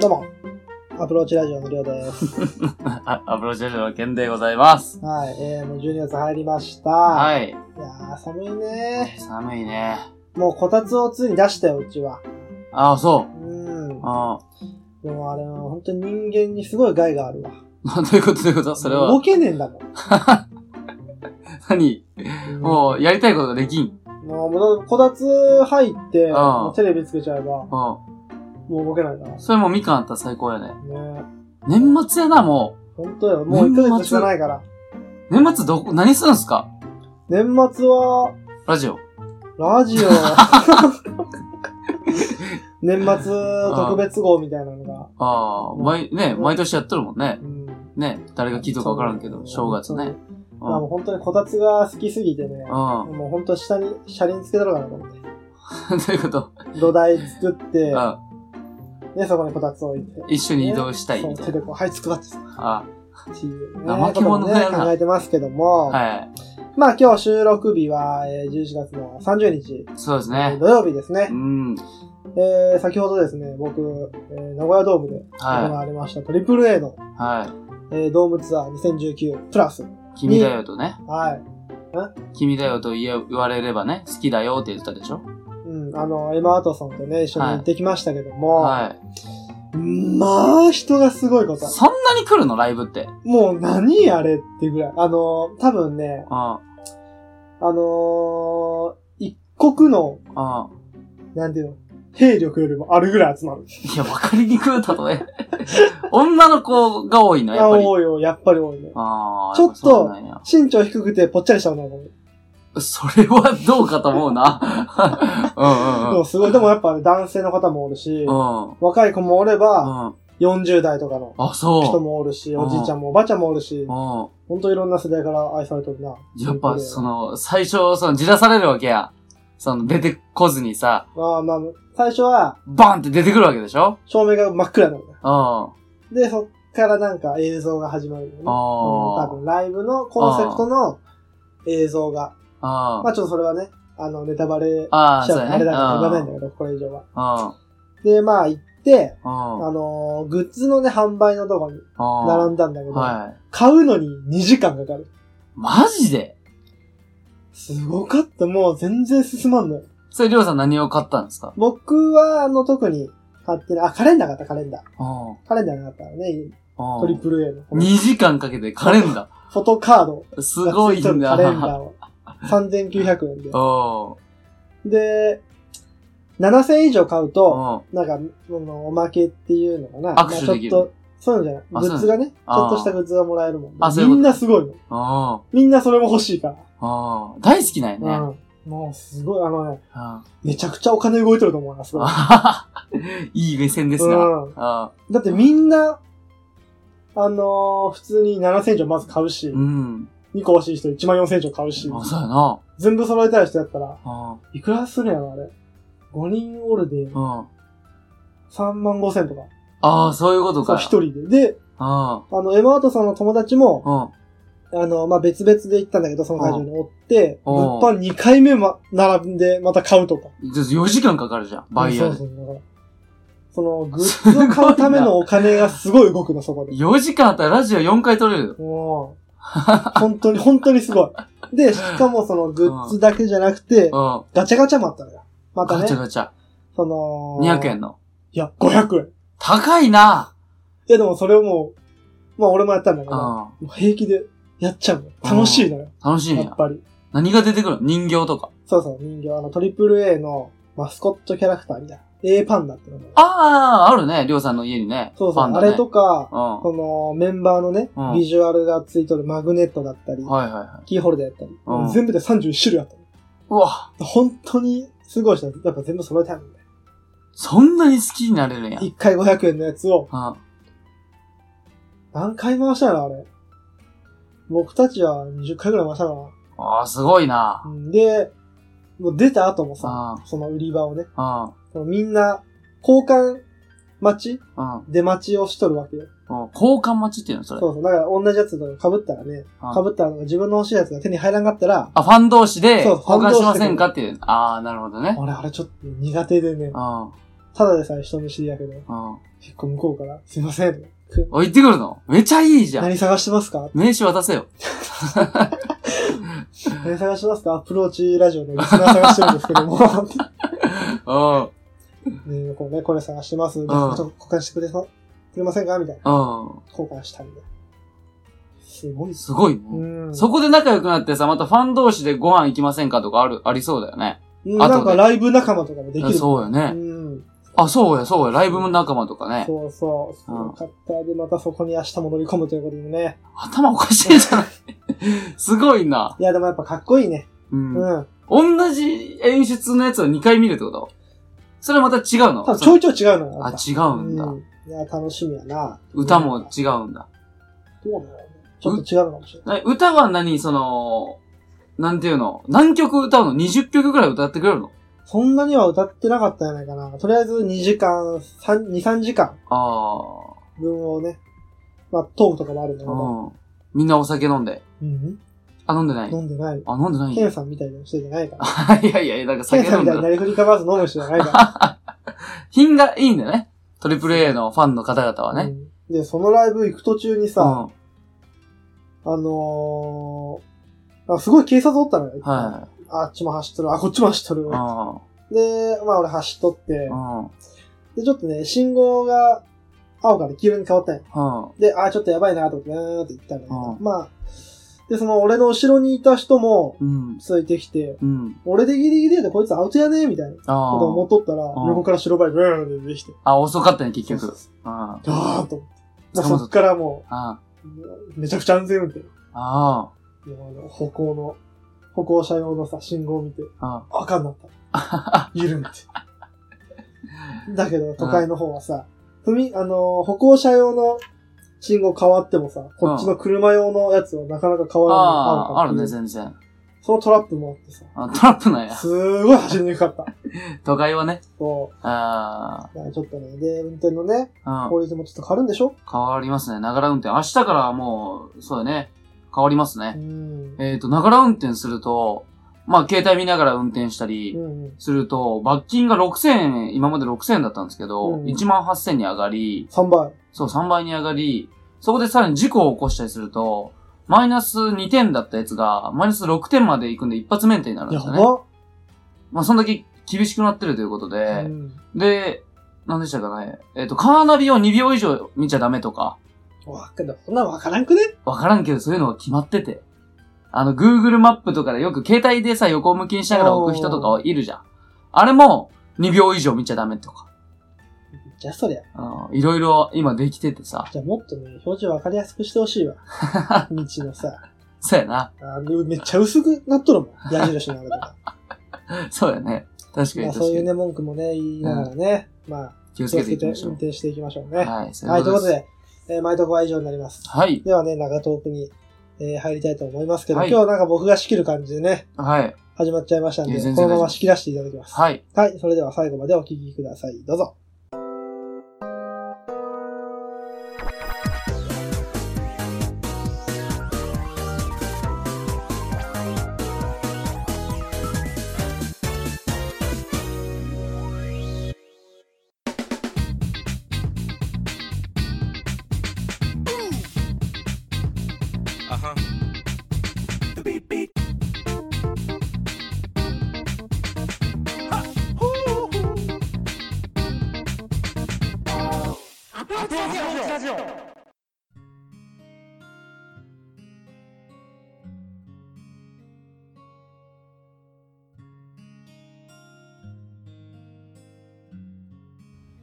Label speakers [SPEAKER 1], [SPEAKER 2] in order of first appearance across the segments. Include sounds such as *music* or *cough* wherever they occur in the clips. [SPEAKER 1] どうも。アプローチラジオのりょう
[SPEAKER 2] *laughs*
[SPEAKER 1] です。
[SPEAKER 2] あアプローチラジオの件でございます。
[SPEAKER 1] はい。えー、もう12月入りました。
[SPEAKER 2] はい。
[SPEAKER 1] いやー、寒いね
[SPEAKER 2] 寒いね。
[SPEAKER 1] もうこたつをついに出したよ、うちは。
[SPEAKER 2] ああ、そうう。
[SPEAKER 1] ん。
[SPEAKER 2] あ *laughs*
[SPEAKER 1] でもあれ、本当に人間にすごい害があるわ。
[SPEAKER 2] あ。どういうことどういうことそれ
[SPEAKER 1] 動
[SPEAKER 2] は。
[SPEAKER 1] けねえんだもん。
[SPEAKER 2] 何
[SPEAKER 1] うん
[SPEAKER 2] *laughs* もう、やりたいことができん。うん。
[SPEAKER 1] もう、もうこたつ入って、
[SPEAKER 2] ん
[SPEAKER 1] もうテレビつけちゃえば、もう動けないから。ね
[SPEAKER 2] それもうみかんあったら最高やね。
[SPEAKER 1] え。
[SPEAKER 2] 年末やな、も
[SPEAKER 1] 本当よ。もう1ヶ月しかないから。
[SPEAKER 2] う。年末どこ、何するんすか
[SPEAKER 1] 年末は、
[SPEAKER 2] ラジオ。
[SPEAKER 1] ラジ
[SPEAKER 2] *laughs*
[SPEAKER 1] オ。 *laughs* 年末特別号みたいなのが。
[SPEAKER 2] ああ、毎、ね、毎年やっとるもんね。
[SPEAKER 1] うん。
[SPEAKER 2] ね、誰が聞いとるかわからんけど、正月ね。う
[SPEAKER 1] まあ
[SPEAKER 2] ん。
[SPEAKER 1] も
[SPEAKER 2] う
[SPEAKER 1] う本当にこたつが好きすぎてね。
[SPEAKER 2] ん。 *laughs*
[SPEAKER 1] もう本当下に車輪つけたろうかなと思って。
[SPEAKER 2] どういうこと
[SPEAKER 1] 土台作って
[SPEAKER 2] う、ん。
[SPEAKER 1] で、そこにこたつ置いて。
[SPEAKER 2] 一緒に移動したい
[SPEAKER 1] そう
[SPEAKER 2] みた
[SPEAKER 1] 手
[SPEAKER 2] いな。
[SPEAKER 1] でこう、はい、つくばってさ
[SPEAKER 2] あ
[SPEAKER 1] っていう、ね。
[SPEAKER 2] 怠け者だよな
[SPEAKER 1] こともね考えてますけども。
[SPEAKER 2] あ。は
[SPEAKER 1] まあ今日収録日は、えー11月の30日、
[SPEAKER 2] い。そうですね。
[SPEAKER 1] 土曜日ですね
[SPEAKER 2] う。ん。
[SPEAKER 1] えー、先ほどですね、僕、えー名古屋ドームで行
[SPEAKER 2] は
[SPEAKER 1] われました、トリプル a の、
[SPEAKER 2] い。は
[SPEAKER 1] えードームツアー2019プラス。
[SPEAKER 2] い。君だよとね。
[SPEAKER 1] はい。
[SPEAKER 2] 君だよと言え言われればね、好きだよって言ってたでしょ
[SPEAKER 1] うん、あの、エマ・アトソンとね、一緒に行ってきましたけども、
[SPEAKER 2] はい。
[SPEAKER 1] まあ、人がすごいこと。
[SPEAKER 2] そんなに来るのライブって。うん。
[SPEAKER 1] もう何あれってぐらい。あの、多分ね、
[SPEAKER 2] うん。
[SPEAKER 1] あのー一国の、なんていうの、兵力よりもあるぐらい集まる。
[SPEAKER 2] いや、わかりにくい例
[SPEAKER 1] *laughs*
[SPEAKER 2] え。女の子が多いの、や
[SPEAKER 1] あ、
[SPEAKER 2] っぱり。
[SPEAKER 1] 多いよ、やっぱり多いね。
[SPEAKER 2] ああ、
[SPEAKER 1] ちょっと
[SPEAKER 2] そうなんや
[SPEAKER 1] 身長低くてぽっちゃりした女の子。
[SPEAKER 2] それはどうかと思うな。 *laughs* うん
[SPEAKER 1] で
[SPEAKER 2] うんうん。
[SPEAKER 1] もすごい、でもやっぱね、男性の方もおるし、
[SPEAKER 2] うん。
[SPEAKER 1] 若い子もおれば、
[SPEAKER 2] うん。
[SPEAKER 1] 40代とかの
[SPEAKER 2] あ、
[SPEAKER 1] 人
[SPEAKER 2] そ
[SPEAKER 1] もおるし、
[SPEAKER 2] うん
[SPEAKER 1] おじいちゃんもおばあちゃんもおるし、
[SPEAKER 2] う。
[SPEAKER 1] ほんといろんな世代から愛されてるな。
[SPEAKER 2] うん。やっぱ、その、最初、その、じらされるわけや。その、出てこずにさ、
[SPEAKER 1] まあまあ、最初は
[SPEAKER 2] バンって出てくるわけでしょ
[SPEAKER 1] 照明が真っ暗なんだよ。
[SPEAKER 2] うん。あ
[SPEAKER 1] で、そっからなんか映像が始まるよね。多
[SPEAKER 2] あ。
[SPEAKER 1] 分ライブのコンセプトの映像が。
[SPEAKER 2] あ
[SPEAKER 1] まあちょっとそれはね、あの、ネタバレしちゃ
[SPEAKER 2] あー、
[SPEAKER 1] う
[SPEAKER 2] そう
[SPEAKER 1] か
[SPEAKER 2] や
[SPEAKER 1] らあ
[SPEAKER 2] ね。
[SPEAKER 1] れだから言わないんだけど、これ以上は。
[SPEAKER 2] うん。
[SPEAKER 1] で、まあ行って、あ
[SPEAKER 2] うん。
[SPEAKER 1] のーグッズのね、販売のとこに
[SPEAKER 2] 並
[SPEAKER 1] 並んだんだけど、
[SPEAKER 2] はい。
[SPEAKER 1] 買うのに2時間かかる。
[SPEAKER 2] マジです
[SPEAKER 1] ごかった。もう全然進まんのよ。
[SPEAKER 2] それ、りょうさん何を買ったんですか
[SPEAKER 1] 僕は、あの、特に買ってない。あ、カレンダーがあった、カレンダー。
[SPEAKER 2] うん。
[SPEAKER 1] カレンダーなかったらね、トリ
[SPEAKER 2] 2
[SPEAKER 1] プル A の。この
[SPEAKER 2] 時間かけてカレンダ
[SPEAKER 1] フォトカード
[SPEAKER 2] ー。すご
[SPEAKER 1] が
[SPEAKER 2] い
[SPEAKER 1] つい
[SPEAKER 2] ん
[SPEAKER 1] てるカレン
[SPEAKER 2] だ。
[SPEAKER 1] ダーを。3900円で。
[SPEAKER 2] *laughs* おう
[SPEAKER 1] で、7000以上買うと、
[SPEAKER 2] おう
[SPEAKER 1] なんか、あのおまけっていうのかな。
[SPEAKER 2] 握手
[SPEAKER 1] まあ
[SPEAKER 2] できる
[SPEAKER 1] ちょっと、そういうのじゃない。
[SPEAKER 2] あ
[SPEAKER 1] グッズがね、ち
[SPEAKER 2] あ
[SPEAKER 1] ょっとしたグッズがもらえるもんね、
[SPEAKER 2] あそういうこ
[SPEAKER 1] み
[SPEAKER 2] と
[SPEAKER 1] んなすごいの。
[SPEAKER 2] おう
[SPEAKER 1] みんなそれも欲しいか
[SPEAKER 2] おう大好きなんやね。
[SPEAKER 1] ら。うん。もうすごい、あのね、
[SPEAKER 2] うん
[SPEAKER 1] めちゃくちゃお金動いてると思います。
[SPEAKER 2] あは
[SPEAKER 1] だ
[SPEAKER 2] は *laughs* はいい目線ですが。
[SPEAKER 1] うん
[SPEAKER 2] あ
[SPEAKER 1] ってみんな、あのー普通に7000以上まず買うし、
[SPEAKER 2] うん。
[SPEAKER 1] 2個欲しい人1万4000以上買うし、
[SPEAKER 2] あそうやな。
[SPEAKER 1] 全部揃えたい人やったら、
[SPEAKER 2] うん
[SPEAKER 1] いくらするんやろ、あれ。5人おるで
[SPEAKER 2] うん
[SPEAKER 1] 3万5千とか。
[SPEAKER 2] ああ、そういうこ
[SPEAKER 1] そ
[SPEAKER 2] と
[SPEAKER 1] う、
[SPEAKER 2] か。
[SPEAKER 1] 1人で。で、
[SPEAKER 2] うん
[SPEAKER 1] あの、エマートさんの友達も、
[SPEAKER 2] うん
[SPEAKER 1] あの、まあ、別々で行ったんだけど、その会場におって、
[SPEAKER 2] うん
[SPEAKER 1] 物販2回目ま、並んでまた買うとか。
[SPEAKER 2] ちょっと4時間かかるじゃん、バイヤーで。
[SPEAKER 1] そうそうそうだからその、グッズを買うためのお金がすごい動くの、そこで。
[SPEAKER 2] 4時間あったらラジオ4回撮れる。
[SPEAKER 1] *laughs* もう、本当に、本当にすごい。で、しかもそのグッズだけじゃなくて
[SPEAKER 2] う、ん。
[SPEAKER 1] ガチャガチャもあったのよ。また
[SPEAKER 2] ガチャ
[SPEAKER 1] ね、
[SPEAKER 2] ガチャ。
[SPEAKER 1] その、
[SPEAKER 2] 200円の。
[SPEAKER 1] いや、500円。
[SPEAKER 2] 高いない
[SPEAKER 1] や、でもそれをもう、まあ俺もやったんだけ
[SPEAKER 2] う
[SPEAKER 1] ど、
[SPEAKER 2] ん。
[SPEAKER 1] もう平気でやっちゃうの。楽しいのよ、
[SPEAKER 2] 楽しいん
[SPEAKER 1] やっ
[SPEAKER 2] や。
[SPEAKER 1] ぱり。
[SPEAKER 2] 何が出てくるの人形とか。
[SPEAKER 1] そうそう、人形、あの、トリプル a のマスコットキャラクターみたいな。A パンダってのが。
[SPEAKER 2] ああ、あるね。りょうさんの家にね。
[SPEAKER 1] そうそう、
[SPEAKER 2] パン
[SPEAKER 1] あ
[SPEAKER 2] ダね
[SPEAKER 1] れとか、
[SPEAKER 2] うん。は
[SPEAKER 1] このメンバーのね、
[SPEAKER 2] うん
[SPEAKER 1] ビジュアルがついとるマグネットだったり、
[SPEAKER 2] いはいはい。
[SPEAKER 1] キーホルダーやったり、
[SPEAKER 2] うん
[SPEAKER 1] 全部で31種類あったの
[SPEAKER 2] うわ、
[SPEAKER 1] 本当にすごい人、やっぱ全部揃えたいもんね。
[SPEAKER 2] そんなに好きになれるんや。
[SPEAKER 1] 1回500円のやつを
[SPEAKER 2] うん。
[SPEAKER 1] 何回回したのあれ。僕たちは20回ぐらい回したか
[SPEAKER 2] ああ、すごいな
[SPEAKER 1] な。うんで、もう出た後もさ、
[SPEAKER 2] う
[SPEAKER 1] その売り場をね、
[SPEAKER 2] うん。
[SPEAKER 1] そのみんな、交換待ち
[SPEAKER 2] うん。
[SPEAKER 1] 出待ちをしとるわけよ。
[SPEAKER 2] うん交換待ちっていうのそれ。
[SPEAKER 1] そうそう。だから同じやつとか被ったらね、
[SPEAKER 2] うん
[SPEAKER 1] 被ったら自分の欲しいやつが手に入らんかったら、
[SPEAKER 2] あ、ファン同士で
[SPEAKER 1] そう
[SPEAKER 2] 交換しませんかっていう。ああ、なるほどね。
[SPEAKER 1] 俺あれちょっと苦手でね、
[SPEAKER 2] うん。うん。
[SPEAKER 1] ただでさえ人見知りやけど、
[SPEAKER 2] あ
[SPEAKER 1] 結構向こうから、すいません。く
[SPEAKER 2] お、行ってくるのめちゃいいじゃん。
[SPEAKER 1] 何探してますか
[SPEAKER 2] 名刺渡せよ。
[SPEAKER 1] 何探してますかアプローチラジオのリスナー探してるんですけども。
[SPEAKER 2] うん。
[SPEAKER 1] ねこうね、これ探してます。
[SPEAKER 2] ん
[SPEAKER 1] ちょっと交換してくれそうくれませんかみたいな。
[SPEAKER 2] う
[SPEAKER 1] 交換したんで。すごい
[SPEAKER 2] ん。
[SPEAKER 1] っす。
[SPEAKER 2] すごいね。
[SPEAKER 1] うん。
[SPEAKER 2] そこで仲良くなってさ、またファン同士でご飯行きませんかとかある、ありそうだよね。
[SPEAKER 1] うん
[SPEAKER 2] 後で
[SPEAKER 1] なんかライブ仲間とかもできる。
[SPEAKER 2] そうよね。
[SPEAKER 1] うん。
[SPEAKER 2] あ、そうや、そうや。ライブの仲間とかね。
[SPEAKER 1] そうそう。そのカッターでまたそこに明日も乗り込むということでね。
[SPEAKER 2] 頭おかしいじ *laughs* ゃないすごいな。
[SPEAKER 1] いや、でもやっぱかっこいいね。
[SPEAKER 2] う。
[SPEAKER 1] うんん。
[SPEAKER 2] 同じ演出のやつを2回見るってことそれはまた違うの
[SPEAKER 1] 多分ちょいちょい違うのよ。
[SPEAKER 2] あ、
[SPEAKER 1] やっ
[SPEAKER 2] 違
[SPEAKER 1] ぱ
[SPEAKER 2] うんだ。
[SPEAKER 1] うん。いや、楽しみやな。
[SPEAKER 2] 歌も。違うん
[SPEAKER 1] どう
[SPEAKER 2] だ。
[SPEAKER 1] だろうね。ちょっと違うのかもしれない。
[SPEAKER 2] な歌は何その、なんていうの何曲歌うの ?20 曲くらい歌ってくれるの
[SPEAKER 1] そんなには歌ってなかったんじゃないかな。とりあえず2時間、3、2、3時間
[SPEAKER 2] あ
[SPEAKER 1] 分をね、まあ、トークとかもあるんだけ
[SPEAKER 2] あ、
[SPEAKER 1] ど、
[SPEAKER 2] うん。みんなお酒飲んで。
[SPEAKER 1] うん、
[SPEAKER 2] あ、飲んでない
[SPEAKER 1] 飲んでない。
[SPEAKER 2] あ、飲んでない
[SPEAKER 1] ケンさんみたいな人じゃないから。
[SPEAKER 2] *laughs* いやいや、なんか
[SPEAKER 1] ケン
[SPEAKER 2] 酒
[SPEAKER 1] さん
[SPEAKER 2] 飲ん
[SPEAKER 1] み
[SPEAKER 2] で
[SPEAKER 1] たいにな
[SPEAKER 2] る。
[SPEAKER 1] りふり構わず飲む人じゃない
[SPEAKER 2] *laughs*
[SPEAKER 1] か
[SPEAKER 2] 品がいいんだよね。トリプル a のファンの方々は
[SPEAKER 1] ら。
[SPEAKER 2] ね。
[SPEAKER 1] うんで、そのライブ行く途中に
[SPEAKER 2] う
[SPEAKER 1] さ、
[SPEAKER 2] ん。
[SPEAKER 1] あのー、あすごい警察おったのよ。
[SPEAKER 2] は
[SPEAKER 1] あっちも走っとる、あ、こっちも走っとる
[SPEAKER 2] い。う。ん。
[SPEAKER 1] で、まあ俺走っとって
[SPEAKER 2] う、ん。うん。
[SPEAKER 1] で、ちょっとね、信号が青から黄色に変わったんよ。で、あ、ちょっとやばいなと思って、なーって言ったんだけど
[SPEAKER 2] う、ん
[SPEAKER 1] まあ、で、その俺の後ろにいた人も、
[SPEAKER 2] うん。
[SPEAKER 1] ついてきて、
[SPEAKER 2] うん。
[SPEAKER 1] 俺でギリギリやでこいつアウトやねみたいなこ
[SPEAKER 2] あ
[SPEAKER 1] とを思っとったら、
[SPEAKER 2] ん
[SPEAKER 1] 横から白バイブーンって出てきて、
[SPEAKER 2] あ。あ、遅かったね、結
[SPEAKER 1] そう
[SPEAKER 2] 局
[SPEAKER 1] そ。
[SPEAKER 2] うん。あ
[SPEAKER 1] ダーンと思って。もう
[SPEAKER 2] 捕まっ
[SPEAKER 1] そっからも
[SPEAKER 2] あ。
[SPEAKER 1] う、めちゃくちゃ安全運転。
[SPEAKER 2] あ
[SPEAKER 1] もうあの歩行の、歩行者用のさ、信号を見て、
[SPEAKER 2] あ。
[SPEAKER 1] 赤にな
[SPEAKER 2] *laughs*
[SPEAKER 1] った。緩んで。だけど、都会の方はさ、踏み、あのー歩行者用の信号変わってもさ、こっちの車用のやつはなかなか変
[SPEAKER 2] あ
[SPEAKER 1] わらない。
[SPEAKER 2] あ。あ
[SPEAKER 1] 青
[SPEAKER 2] る
[SPEAKER 1] か
[SPEAKER 2] ね、
[SPEAKER 1] っていう
[SPEAKER 2] 全然。
[SPEAKER 1] そのトラップもあってさ、
[SPEAKER 2] あトラップなんや。 *laughs*
[SPEAKER 1] すーごい走りにくかった。
[SPEAKER 2] 都会はね。
[SPEAKER 1] そう
[SPEAKER 2] あ
[SPEAKER 1] だからちょっとね、で、運転のね、
[SPEAKER 2] あ。うん。
[SPEAKER 1] 効率もちょっと変わるんでしょ
[SPEAKER 2] 変わりますね。ながら運転。明日からはもう、そうだね。変わります
[SPEAKER 1] う
[SPEAKER 2] ね。
[SPEAKER 1] ん。
[SPEAKER 2] えっと、ながら運転すると、まあ、携帯見ながら運転したり
[SPEAKER 1] う、んうん。
[SPEAKER 2] すると、罰金が6000円、今まで6000円だったんですけど、
[SPEAKER 1] うん
[SPEAKER 2] 1万8000円に上がり、
[SPEAKER 1] 3倍。
[SPEAKER 2] そう、3倍に上がり、そこでさらに事故を起こしたりすると、マイナス2点だったやつが、マイナス6点まで行くんで一発免停になるんで
[SPEAKER 1] や
[SPEAKER 2] すよね。
[SPEAKER 1] ば。
[SPEAKER 2] まあ、そんだけ厳しくなってるということ
[SPEAKER 1] う
[SPEAKER 2] で、
[SPEAKER 1] ん。
[SPEAKER 2] で、何でしたかね。えっ、と、カーナビを2秒以上見ちゃダメとか、
[SPEAKER 1] わかんない。そんなのわからんくね
[SPEAKER 2] わからんけどそういうのが決まってて。あの、Google マップとかでよく携帯でさ、横向きにしながら置く人とかはいるじゃん。あれも、2秒以上見ちゃダメとか。
[SPEAKER 1] じゃあそりゃ。
[SPEAKER 2] あのいろいろ今できててさ。
[SPEAKER 1] じゃあもっとね、表情わかりやすくしてほしい
[SPEAKER 2] *laughs*
[SPEAKER 1] わ。道のさ。
[SPEAKER 2] そうやな。
[SPEAKER 1] あーめっちゃ薄くなっとるも
[SPEAKER 2] *laughs*
[SPEAKER 1] ん。矢印のあれとか。
[SPEAKER 2] そうやね。確かに
[SPEAKER 1] まあ
[SPEAKER 2] 確か
[SPEAKER 1] そういう
[SPEAKER 2] に。
[SPEAKER 1] ね、文句もね、言いながらね。まあ、
[SPEAKER 2] 気をつ
[SPEAKER 1] 気を
[SPEAKER 2] け
[SPEAKER 1] つ
[SPEAKER 2] てい
[SPEAKER 1] け
[SPEAKER 2] き
[SPEAKER 1] て
[SPEAKER 2] ましょ
[SPEAKER 1] 運
[SPEAKER 2] う。
[SPEAKER 1] 転していきましょうね。
[SPEAKER 2] はい、そ
[SPEAKER 1] はい、ということ
[SPEAKER 2] す。
[SPEAKER 1] で、えー、毎度は以上になります。
[SPEAKER 2] はい、
[SPEAKER 1] ではね、長トークに、えー入りたいと思いますけど、
[SPEAKER 2] はい
[SPEAKER 1] 今日はなんか僕が仕切る感じでね、
[SPEAKER 2] はい、
[SPEAKER 1] 始まっちゃいましたん
[SPEAKER 2] い
[SPEAKER 1] で、
[SPEAKER 2] や全然
[SPEAKER 1] このま
[SPEAKER 2] 大丈
[SPEAKER 1] ま
[SPEAKER 2] 夫
[SPEAKER 1] 仕切らせていただきます。
[SPEAKER 2] はい。
[SPEAKER 1] はい、それでは最後までお聞きください。どうぞ。
[SPEAKER 3] Uh-huh.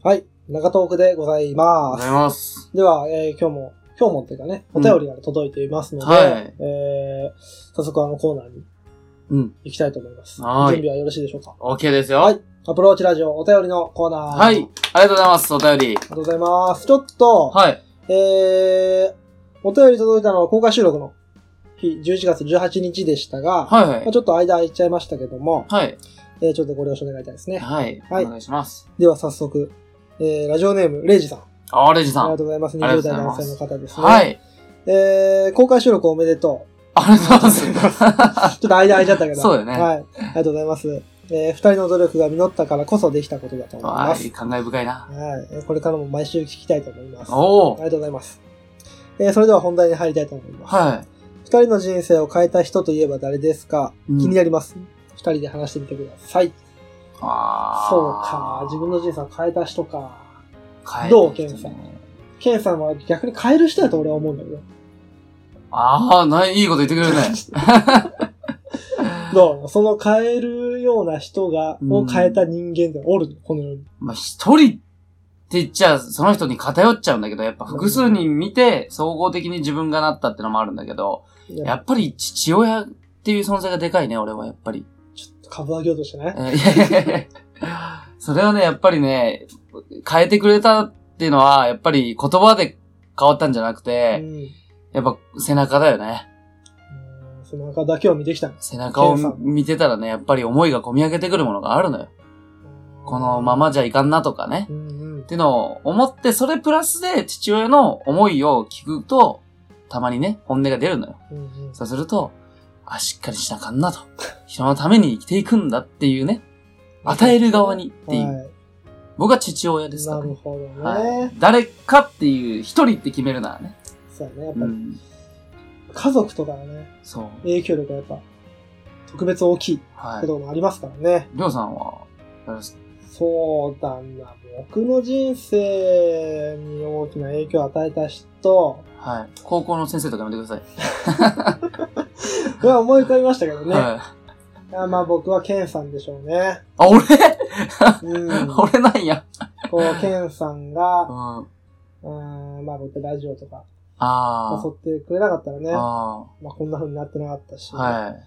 [SPEAKER 1] はい、長トークでござい
[SPEAKER 2] あ
[SPEAKER 1] ま
[SPEAKER 2] りがとうご
[SPEAKER 1] す。
[SPEAKER 2] ざいます。
[SPEAKER 1] では、えー今日も、今日もっていうかね、お
[SPEAKER 2] うん
[SPEAKER 1] 便りが届いていますので、
[SPEAKER 2] はい
[SPEAKER 1] えー、早速あのコーナーに
[SPEAKER 2] うん。
[SPEAKER 1] 行きたいと思います。
[SPEAKER 2] はーい
[SPEAKER 1] 準備はよろしいでしょうか
[SPEAKER 2] OK ですよ。
[SPEAKER 1] は
[SPEAKER 2] はいい、
[SPEAKER 1] アプローチラジオお便りのコーナー。
[SPEAKER 2] あ
[SPEAKER 1] あ
[SPEAKER 2] り
[SPEAKER 1] り
[SPEAKER 2] がとうございます、お便り。
[SPEAKER 1] がとうございます。ちょっと、
[SPEAKER 2] はい。
[SPEAKER 1] えー、お便り届いたのは公開収録の日、11月18日でしたが、
[SPEAKER 2] はい、は
[SPEAKER 1] まあ
[SPEAKER 2] い。
[SPEAKER 1] ちょっと間空いちゃいましたけども、
[SPEAKER 2] はい。
[SPEAKER 1] えーちょっとご了承願いたいですね。
[SPEAKER 2] はい。
[SPEAKER 1] はい
[SPEAKER 2] お願いします。
[SPEAKER 1] では早速、えー、ラジオネーム、レイジさん。
[SPEAKER 2] あ、レジさ
[SPEAKER 1] ありが
[SPEAKER 2] ん。
[SPEAKER 1] とうございます。
[SPEAKER 2] あり
[SPEAKER 1] 20
[SPEAKER 2] がと
[SPEAKER 1] 代
[SPEAKER 2] うございま
[SPEAKER 1] 男
[SPEAKER 2] す
[SPEAKER 1] 性の方ですね。
[SPEAKER 2] はい。
[SPEAKER 1] えー、公開収録おめでとう。
[SPEAKER 2] ありがとうございます。
[SPEAKER 1] ちょっと間空いちゃったけど。
[SPEAKER 2] そうだよね
[SPEAKER 1] はい。ありがとうございます。えー二人の努力が実ったからこそできたことだと思いま
[SPEAKER 2] わ
[SPEAKER 1] す
[SPEAKER 2] い、。感慨深いな。
[SPEAKER 1] はいえー。これからも毎週聞きたいと思います。あ
[SPEAKER 2] お
[SPEAKER 1] り
[SPEAKER 2] お
[SPEAKER 1] がとうございます。えーそれでは本題に入りたいと思います。
[SPEAKER 2] は
[SPEAKER 1] 二人の人生を変えた人といえば誰ですか、
[SPEAKER 2] い。うん
[SPEAKER 1] 気になります。二人で話してみてください。
[SPEAKER 2] ああ。
[SPEAKER 1] そうか。自分の人生を変えた人か。
[SPEAKER 2] 変えてきたね
[SPEAKER 1] どうケンさんケンさんは逆に変える人だと俺は思うんだけど。
[SPEAKER 2] ああ、ない、いいこと言ってくれ
[SPEAKER 1] *laughs*
[SPEAKER 2] るね。
[SPEAKER 1] どうその変えるような人が、
[SPEAKER 2] うん
[SPEAKER 1] を変えた人間でおるのこの世に。
[SPEAKER 2] まあ、一人って言っちゃ、その人に偏っちゃうんだけど、やっぱ複数人見て、総合的に自分がなったってのもあるんだけど、やっぱり父親っていう存在がでかいね、俺はやっぱり。 *laughs*
[SPEAKER 1] ちょっと株上げようとしてね
[SPEAKER 2] え。ーいやいやいやそれはね、やっぱりね、変えてくれたっていうのは、やっぱり言葉で変わったんじゃなく
[SPEAKER 1] う
[SPEAKER 2] て、
[SPEAKER 1] ん。
[SPEAKER 2] やっぱ背中だよね。
[SPEAKER 1] うん背中だけを見てきたの。
[SPEAKER 2] 背中を
[SPEAKER 1] ケンさん
[SPEAKER 2] 見てたらね、やっぱり思いが込み上げてくるものがあるのよ。このままじゃいかんなとかね。
[SPEAKER 1] うんうん
[SPEAKER 2] っ。てのを思って、それプラスで父親の思いを聞くと、たまにね、本音が出るのよ。
[SPEAKER 1] うんうん
[SPEAKER 2] そうすると、あ、しっかりしなあかんなと。人のために生きていくんだっていうね、与える側にっていう。
[SPEAKER 1] は
[SPEAKER 2] 僕は父親で
[SPEAKER 1] い。
[SPEAKER 2] すから
[SPEAKER 1] な
[SPEAKER 2] ね、
[SPEAKER 1] るほどね。
[SPEAKER 2] はい誰かっていう、一人って決めるならね。
[SPEAKER 1] そうだね。やっぱ
[SPEAKER 2] う
[SPEAKER 1] り
[SPEAKER 2] ん。
[SPEAKER 1] 家族とかのね、
[SPEAKER 2] そう。
[SPEAKER 1] 影響力がやっぱ特別大きい
[SPEAKER 2] は
[SPEAKER 1] こともありますからね。
[SPEAKER 2] い。りょうさんは、あれです
[SPEAKER 1] そうだな。僕の人生に大きな影響を与えた人、
[SPEAKER 2] はい。高校の先生とかやめてください。
[SPEAKER 1] これは思い浮かびましたけどね。
[SPEAKER 2] はい。
[SPEAKER 1] あまあ僕はケンさんでしょうね。
[SPEAKER 2] あ、俺、
[SPEAKER 1] うん。
[SPEAKER 2] *laughs* 俺なんや。
[SPEAKER 1] こう、ケンさん
[SPEAKER 2] う
[SPEAKER 1] が、
[SPEAKER 2] ん。あ
[SPEAKER 1] うん、まあ僕ラジオとか
[SPEAKER 2] あー。
[SPEAKER 1] 誘ってくれなかったらね、
[SPEAKER 2] あ
[SPEAKER 1] まあこんな風になってなかったし、
[SPEAKER 2] あ。はい。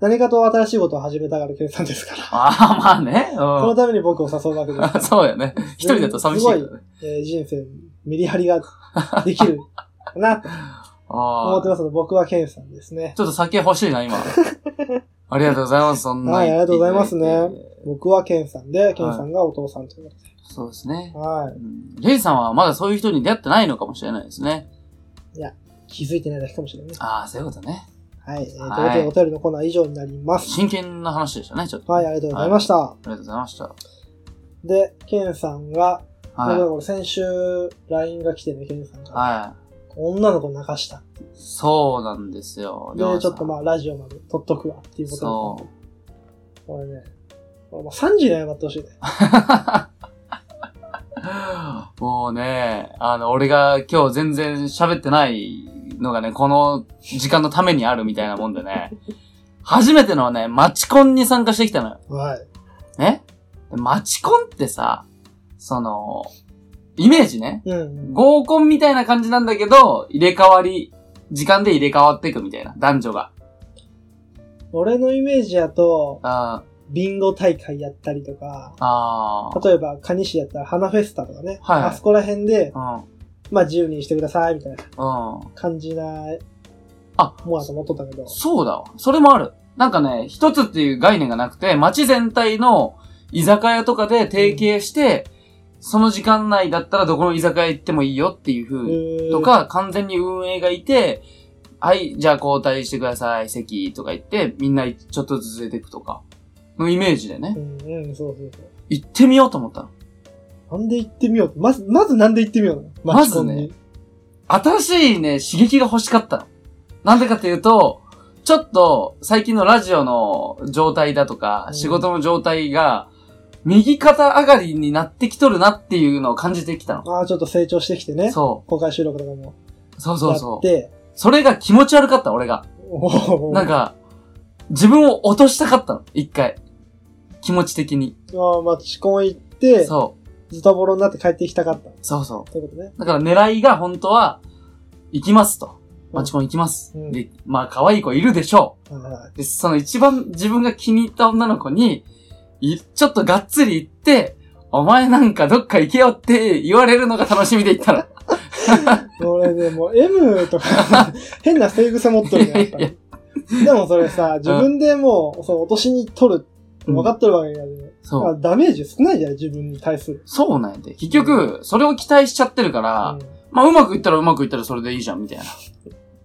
[SPEAKER 1] 何かと新しいことを始めたがるケンさんですから。
[SPEAKER 2] ああ、まあね。
[SPEAKER 1] その
[SPEAKER 2] う
[SPEAKER 1] ために僕を誘うわけですか
[SPEAKER 2] ん。 *laughs* そうよね。一人だと寂しいけどね。
[SPEAKER 1] ら、えー人生にメリハリができるかなと
[SPEAKER 2] *laughs* あ
[SPEAKER 1] 思
[SPEAKER 2] あ
[SPEAKER 1] って。ますので、僕はケンさんですね。
[SPEAKER 2] ちょっと酒欲し
[SPEAKER 1] *laughs*
[SPEAKER 2] いな、今。ありがとうございます、そんな。
[SPEAKER 1] はいありがとうございますね。僕はケンさんで、ケン
[SPEAKER 2] はい
[SPEAKER 1] さんがお父さんということ
[SPEAKER 2] そうですね
[SPEAKER 1] で。。は
[SPEAKER 2] うんレイさんはまだそういう人に出会ってないのかもしれないですね。
[SPEAKER 1] い。気づいてないだけかもしれないね。
[SPEAKER 2] ああ、そういうことね。
[SPEAKER 1] はい。えーという
[SPEAKER 2] はい
[SPEAKER 1] ことで、お便りのコーナーは以上になります。
[SPEAKER 2] 真剣な話でしたね、ちょっと。
[SPEAKER 1] はい、
[SPEAKER 2] あ
[SPEAKER 1] ありがとうございました。
[SPEAKER 2] りがとうございました。
[SPEAKER 1] で、ケンさんが、
[SPEAKER 2] はい。
[SPEAKER 1] これ先週 LINE が来てね、ケンさんから。
[SPEAKER 2] は
[SPEAKER 1] 女の子泣かした。
[SPEAKER 2] い。そうなんですよ。
[SPEAKER 1] で、ち
[SPEAKER 2] りょ
[SPEAKER 1] ょ
[SPEAKER 2] うさん
[SPEAKER 1] っとまあ、ラジオまで撮っとくわっていうことで。
[SPEAKER 2] そ
[SPEAKER 1] これね、これもう3時に謝ってほしいね。
[SPEAKER 2] う。もうね、あの、俺が今日全然喋ってないのがね、この時間のためにあるみたいなもん
[SPEAKER 1] *laughs*
[SPEAKER 2] でね。初めてのね、マチコンに参加してきたのよ。
[SPEAKER 1] はい。
[SPEAKER 2] ねでマチコンってさ、その、イメージね。
[SPEAKER 1] うんうん。
[SPEAKER 2] 合コンみたいな感じなんだけど、入れ替わり、時間で入れ替わっていくみたいな、男女が。
[SPEAKER 1] 俺のイメージやと、
[SPEAKER 2] あ
[SPEAKER 1] ビンゴ大会やったりとか、
[SPEAKER 2] ーあー、
[SPEAKER 1] 例えば、蟹市やったら花フェスタとかね。
[SPEAKER 2] はい
[SPEAKER 1] あそこら辺で、
[SPEAKER 2] うん、
[SPEAKER 1] まあ、自由にしてください、みたいな
[SPEAKER 2] うん。
[SPEAKER 1] 感じな、
[SPEAKER 2] あ
[SPEAKER 1] もうやと思っとったけど。
[SPEAKER 2] そうだわ。それもある。なんかね、一つっていう概念がなくて、街全体の居酒屋とかで提携して、その時間内だったらどこの居酒屋行ってもいいよっていう風にと
[SPEAKER 1] と、
[SPEAKER 2] か、完全に運営がいて、はい、じゃあ交代してください、席とか言って、みんなちょっとずつ出ていくとか、のイメージでね
[SPEAKER 1] う、んうん、そうそうそう。
[SPEAKER 2] 行ってみようと思ったの。
[SPEAKER 1] なんで行ってみようってまず、まずなんで行ってみようなの
[SPEAKER 2] まずね
[SPEAKER 1] マチコンに
[SPEAKER 2] 新しいね、刺激が欲しかったの。なんでかっていうと、ちょっと最近のラジオの状態だとか
[SPEAKER 1] う、ん
[SPEAKER 2] 仕事の状態が、右肩上がりになってきとるなっていうのを感じてきた
[SPEAKER 1] ああ、ちょっと成長してきてね
[SPEAKER 2] の。。そ
[SPEAKER 1] 公開収録とかも
[SPEAKER 2] う。そうそ
[SPEAKER 1] や
[SPEAKER 2] う
[SPEAKER 1] っ
[SPEAKER 2] そう。
[SPEAKER 1] て、
[SPEAKER 2] それが気持ち悪かった、俺が。
[SPEAKER 1] おお
[SPEAKER 2] なんか、自分を落としたかったの、一回。気持ち的に。
[SPEAKER 1] ああ、マチコン行って、
[SPEAKER 2] そ
[SPEAKER 1] ズタボロになって帰ってきたかった。
[SPEAKER 2] う。そうそ
[SPEAKER 1] ということね。
[SPEAKER 2] う。だから狙いが本当は、行きますと。マチコン行きます。
[SPEAKER 1] うん
[SPEAKER 2] で、まあ可愛い子いるでしょ。
[SPEAKER 1] はいはいう
[SPEAKER 2] で、その一番自分が気に入った女の子に、いちょっとがっつり行って、お前なんかどっか行けよって言われるのが楽しみで行ったの。
[SPEAKER 1] 俺ね、もう *laughs* M とか、変な性癖持っとるね、やっぱり。でもそれさ、自分でもう、その落としに取るって分かってる *laughs* わけやで、だか
[SPEAKER 2] そ
[SPEAKER 1] ら
[SPEAKER 2] う。
[SPEAKER 1] ダメージ少ないじゃん、自分に対する。
[SPEAKER 2] そうなんやで。結局、それを期待しちゃってるから、まあうまくいったらうまくいったらそれでいいじゃん、みたいな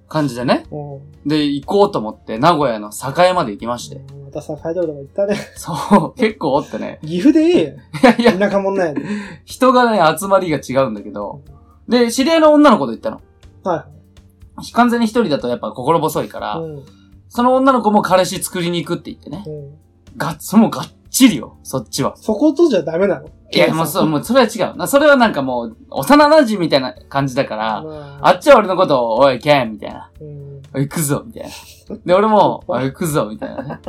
[SPEAKER 2] 感じでね。
[SPEAKER 1] うん。うん
[SPEAKER 2] で、行こうと思って、名古屋の栄まで行きまして。
[SPEAKER 1] うんたさ、書いてるとこ行ったね。 *laughs*
[SPEAKER 2] そう、 *laughs* 結構おってね。
[SPEAKER 1] 岐阜でええ
[SPEAKER 2] いやい
[SPEAKER 1] や
[SPEAKER 2] や
[SPEAKER 1] ん。、田舎もんなんやね。
[SPEAKER 2] 人がね、集まりが違うんだけど。で、知り合いの女の子と行ったの。
[SPEAKER 1] は
[SPEAKER 2] 完全に一人だとやっぱ心細いから、
[SPEAKER 1] い。うん。
[SPEAKER 2] その女の子も彼氏作りに行くって言ってね。
[SPEAKER 1] うん。
[SPEAKER 2] がっつ、もうがっちりよ、そっちは。
[SPEAKER 1] そことじゃダメなの
[SPEAKER 2] いや、もうそう、もうそれは違う。なそれはなんかもう、幼馴染みたいな感じだから、
[SPEAKER 1] まあ
[SPEAKER 2] あっちは俺のことを、おい、ケンみたいな。
[SPEAKER 1] うん。
[SPEAKER 2] おい、行くぞみたいな。で、俺も、おい、行くぞみたいなね。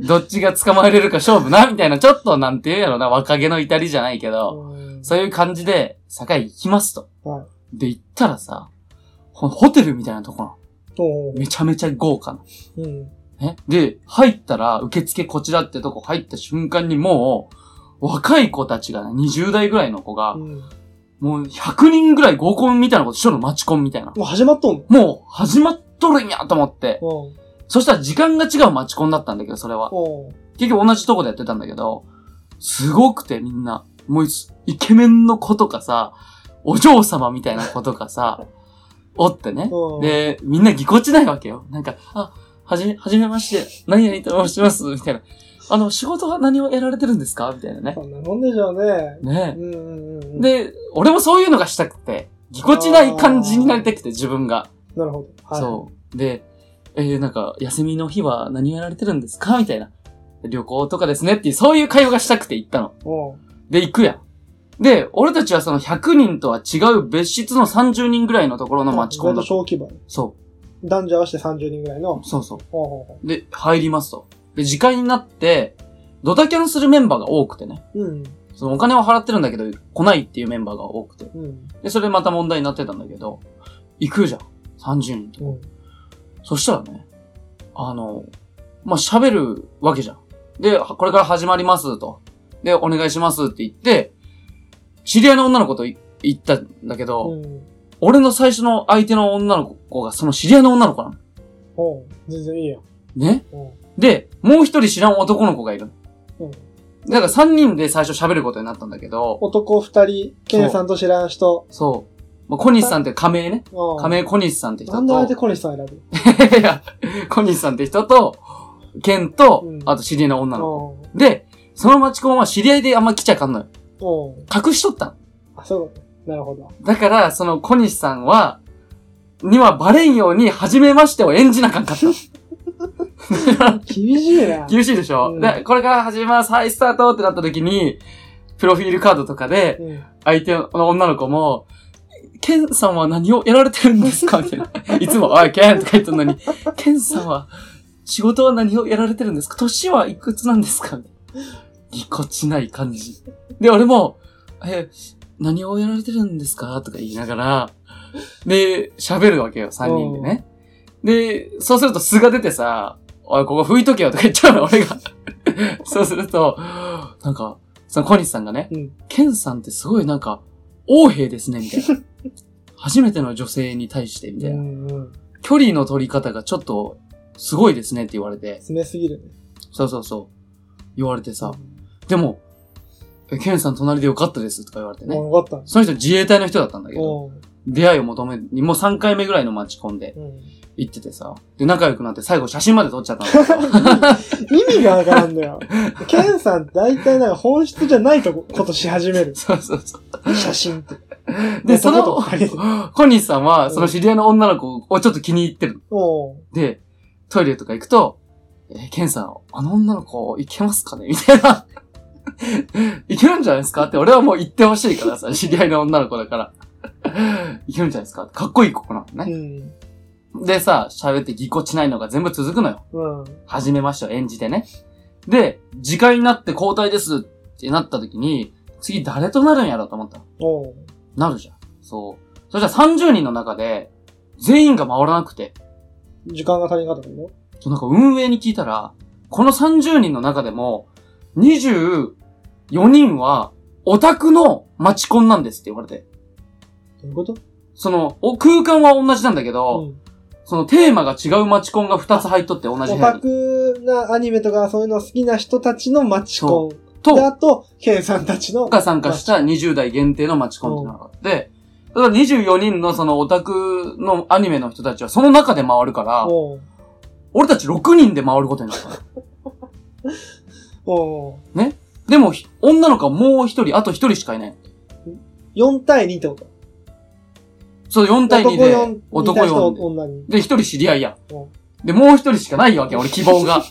[SPEAKER 2] どっちが捕まえれるか勝負なみたいな、ちょっとなんて言うやろな、若気の至りじゃないけど、
[SPEAKER 1] うん
[SPEAKER 2] そういう感じで、坂井行きますと。
[SPEAKER 1] は
[SPEAKER 2] で、行ったらさ、ほホテルみたいなとこなの。
[SPEAKER 1] おー
[SPEAKER 2] めちゃめちゃ豪華な。
[SPEAKER 1] うん。
[SPEAKER 2] ね。で、入ったら、受付こちらってとこ入った瞬間にもう、若い子たちがね、20代ぐらいの子が、
[SPEAKER 1] うん。
[SPEAKER 2] もう100人ぐらい合コンみたいなことしとるの、待ちコンみたいな。
[SPEAKER 1] もう始まっとん
[SPEAKER 2] もう始まっとるんやと思って。
[SPEAKER 1] のうん。
[SPEAKER 2] そしたら時間が違う待ちコンだったんだけど、それは。
[SPEAKER 1] おー
[SPEAKER 2] 結局同じとこでやってたんだけど、すごくてみんな、もうイケメンの子とかさ、お嬢様みたいな子とかさ、 *laughs* おってね。
[SPEAKER 1] うん。
[SPEAKER 2] で、みんなぎこちないわけよ。なんか、あ、はじめ、はじめまして、何々と申します、みたいな。あの、仕事は何をやられてるんですかみたいなね。
[SPEAKER 1] そんなもんでしょうね。う
[SPEAKER 2] ね
[SPEAKER 1] んうんうん。、
[SPEAKER 2] で、俺もそういうのがしたくて、ぎこちない感じになりたくて、自分が。
[SPEAKER 1] なるほど。はい。
[SPEAKER 2] そう。で、えー、なんか、休みの日は何をやられてるんですかみたいな。旅行とかですねっていう、そういう会話がしたくて行ったの。
[SPEAKER 1] おう。
[SPEAKER 2] で、行くやん。で、俺たちはその100人とは違う別室の30人ぐらいのところの待ち込んだ。
[SPEAKER 1] 小規模。
[SPEAKER 2] そ
[SPEAKER 1] 男女合わせて30人ぐらいの
[SPEAKER 2] う。。そうそう。
[SPEAKER 1] ほうほうほ
[SPEAKER 2] で、入りますと。で、時間になって、ドタキャンするメンバーが多くてね。
[SPEAKER 1] う。うん。
[SPEAKER 2] そのお金を払ってるんだけど、来ないっていうメンバーが多くて。
[SPEAKER 1] うん。
[SPEAKER 2] で、それでまた問題になってたんだけど、行くじゃん。30人と。
[SPEAKER 1] うん。
[SPEAKER 2] そしたらね、あの、まあ、喋るわけじゃん。で、はこれから始まりますと。で、お願いしますって言って、知り合いの女の子とい行ったんだけど、
[SPEAKER 1] うん。
[SPEAKER 2] 俺の最初の相手の女の子がその知り合いの女の子なの。
[SPEAKER 1] ほう。全然いいよ。
[SPEAKER 2] ね
[SPEAKER 1] うん。
[SPEAKER 2] で、もう一人知らん男の子がいるの
[SPEAKER 1] うん。
[SPEAKER 2] だから3人で最初喋ることになったんだけど、
[SPEAKER 1] 男二人、ケンさんと知らん人。
[SPEAKER 2] そう。まあ、小西さんって仮名ね。
[SPEAKER 1] うん。
[SPEAKER 2] 仮名小西さんって人
[SPEAKER 1] なんであえて
[SPEAKER 2] と、
[SPEAKER 1] 小西さん選ぶ
[SPEAKER 2] *laughs* いや小西さんって人と、ケンと
[SPEAKER 1] うん、
[SPEAKER 2] あと知り合いの女の
[SPEAKER 1] の
[SPEAKER 2] 子。で、そのマチコンは知り合いであんま来ちゃかんのよ。
[SPEAKER 1] うん。うん。
[SPEAKER 2] 隠しとったの。
[SPEAKER 1] あ、そういうことね。なるほど。
[SPEAKER 2] だから、その小西さんは、にはバレんように、初めましてを演じなかった
[SPEAKER 1] *laughs*
[SPEAKER 2] の。
[SPEAKER 1] 厳しいな。
[SPEAKER 2] 厳しいでしょ、
[SPEAKER 1] うん
[SPEAKER 2] で、これから始めます。はい、スタートってなった時に、プロフィールカードとかで、
[SPEAKER 1] うん。
[SPEAKER 2] 相手の女の子も、ケンさんは何をやられてるんですかみたいな。いつも、おい、ケンとか言ってるのに、ケンさんは仕事は何をやられてるんですか年はいくつなんですかみたいなぎこちない感じ。で、俺も、え、何をやられてるんですかとか言いながら、で、喋るわけよ、三人でね。で、そうすると素が出てさ、おい、ここ拭いとけよとか言っちゃうの、俺が。そうすると、なんか、その小西さんがね、
[SPEAKER 1] うん。
[SPEAKER 2] ケンさんってすごいなんか、王兵ですね、みたい
[SPEAKER 1] *laughs*
[SPEAKER 2] な。初めての女性に対して、み
[SPEAKER 1] う
[SPEAKER 2] たいな。
[SPEAKER 1] んうん。
[SPEAKER 2] 距離の取り方がちょっと、すごいですねって言われて。
[SPEAKER 1] 詰めすぎるね。
[SPEAKER 2] そうそうそう。言われてさ。でも、えケンさん隣でよかったですとか言われて
[SPEAKER 1] うん。
[SPEAKER 2] ね。
[SPEAKER 1] よかっ
[SPEAKER 2] その人自衛隊の人だったんだけ
[SPEAKER 1] た。
[SPEAKER 2] ど、
[SPEAKER 1] うん。
[SPEAKER 2] 出会いを求めに、もう3回目ぐらいの待ち込んで
[SPEAKER 1] うん。
[SPEAKER 2] 行っててさ。で、仲良くなって最後写真まで撮っちゃったんだけ
[SPEAKER 1] *laughs*
[SPEAKER 2] ど。
[SPEAKER 1] 意味がわからんのよ。ケンさん大体なんか本質じゃないとこことし始める。
[SPEAKER 2] そうそうそう。
[SPEAKER 1] 写真って。
[SPEAKER 2] で、そ
[SPEAKER 1] 男と
[SPEAKER 2] の、
[SPEAKER 1] 二人で
[SPEAKER 2] 小西さんは、その知り合いの女の子をちょっと気に入ってる
[SPEAKER 1] おう
[SPEAKER 2] で、トイレとか行くと、えーケンさん、あの女の子、いけますかねみ *laughs* たいな。いけるんじゃないですかって、俺はもう言ってほしいからさ、知り合いの女の子だから。いけるんじゃないですかかっこいい子なの
[SPEAKER 1] う
[SPEAKER 2] ね。
[SPEAKER 1] ん。
[SPEAKER 2] でさ、喋ってぎこちないのが全部続くのよ。
[SPEAKER 1] うん。
[SPEAKER 2] はじめましてを演じてね。で、時間になって交代ですってなった時に、次誰となるんやろうと思ったの
[SPEAKER 1] おう
[SPEAKER 2] なるじゃん。そう。そしたら30人の中で、全員が回らなくて、
[SPEAKER 1] 時間が足りなかったのよ。
[SPEAKER 2] そうなんか運営に聞いたら、この30人の中でも、24人はオタクの待ちコンなんですって言われて。
[SPEAKER 1] どういうこと
[SPEAKER 2] その、お空間は同じなんだけど、
[SPEAKER 1] うん
[SPEAKER 2] そのテーマが違う待ちコンが2つ入っとって同じ
[SPEAKER 1] オ
[SPEAKER 2] 部屋
[SPEAKER 1] タ
[SPEAKER 2] に。
[SPEAKER 1] クなアニメとかそういうの好きな人たちのマチコン。で、
[SPEAKER 2] と、
[SPEAKER 1] あと、ケンさんたちの。
[SPEAKER 2] が参加した20代限定の待ちコンっていうのがあって、だから24人のそのオタクのアニメの人たちはその中で回るから、
[SPEAKER 1] おう
[SPEAKER 2] 俺たち6人で回ることになったの。
[SPEAKER 1] おー
[SPEAKER 2] でも、ひ女の子はもう一人、あと一人しかいない。
[SPEAKER 1] 4対2ってこと
[SPEAKER 2] そう、4対2で、
[SPEAKER 1] 男4。
[SPEAKER 2] 男
[SPEAKER 1] 男
[SPEAKER 2] 4
[SPEAKER 1] 4と
[SPEAKER 2] で。
[SPEAKER 1] 女に。
[SPEAKER 2] で、一人知り合いや
[SPEAKER 1] うん。
[SPEAKER 2] で、もう一人しかないわけ、俺希
[SPEAKER 1] *laughs*
[SPEAKER 2] 望が。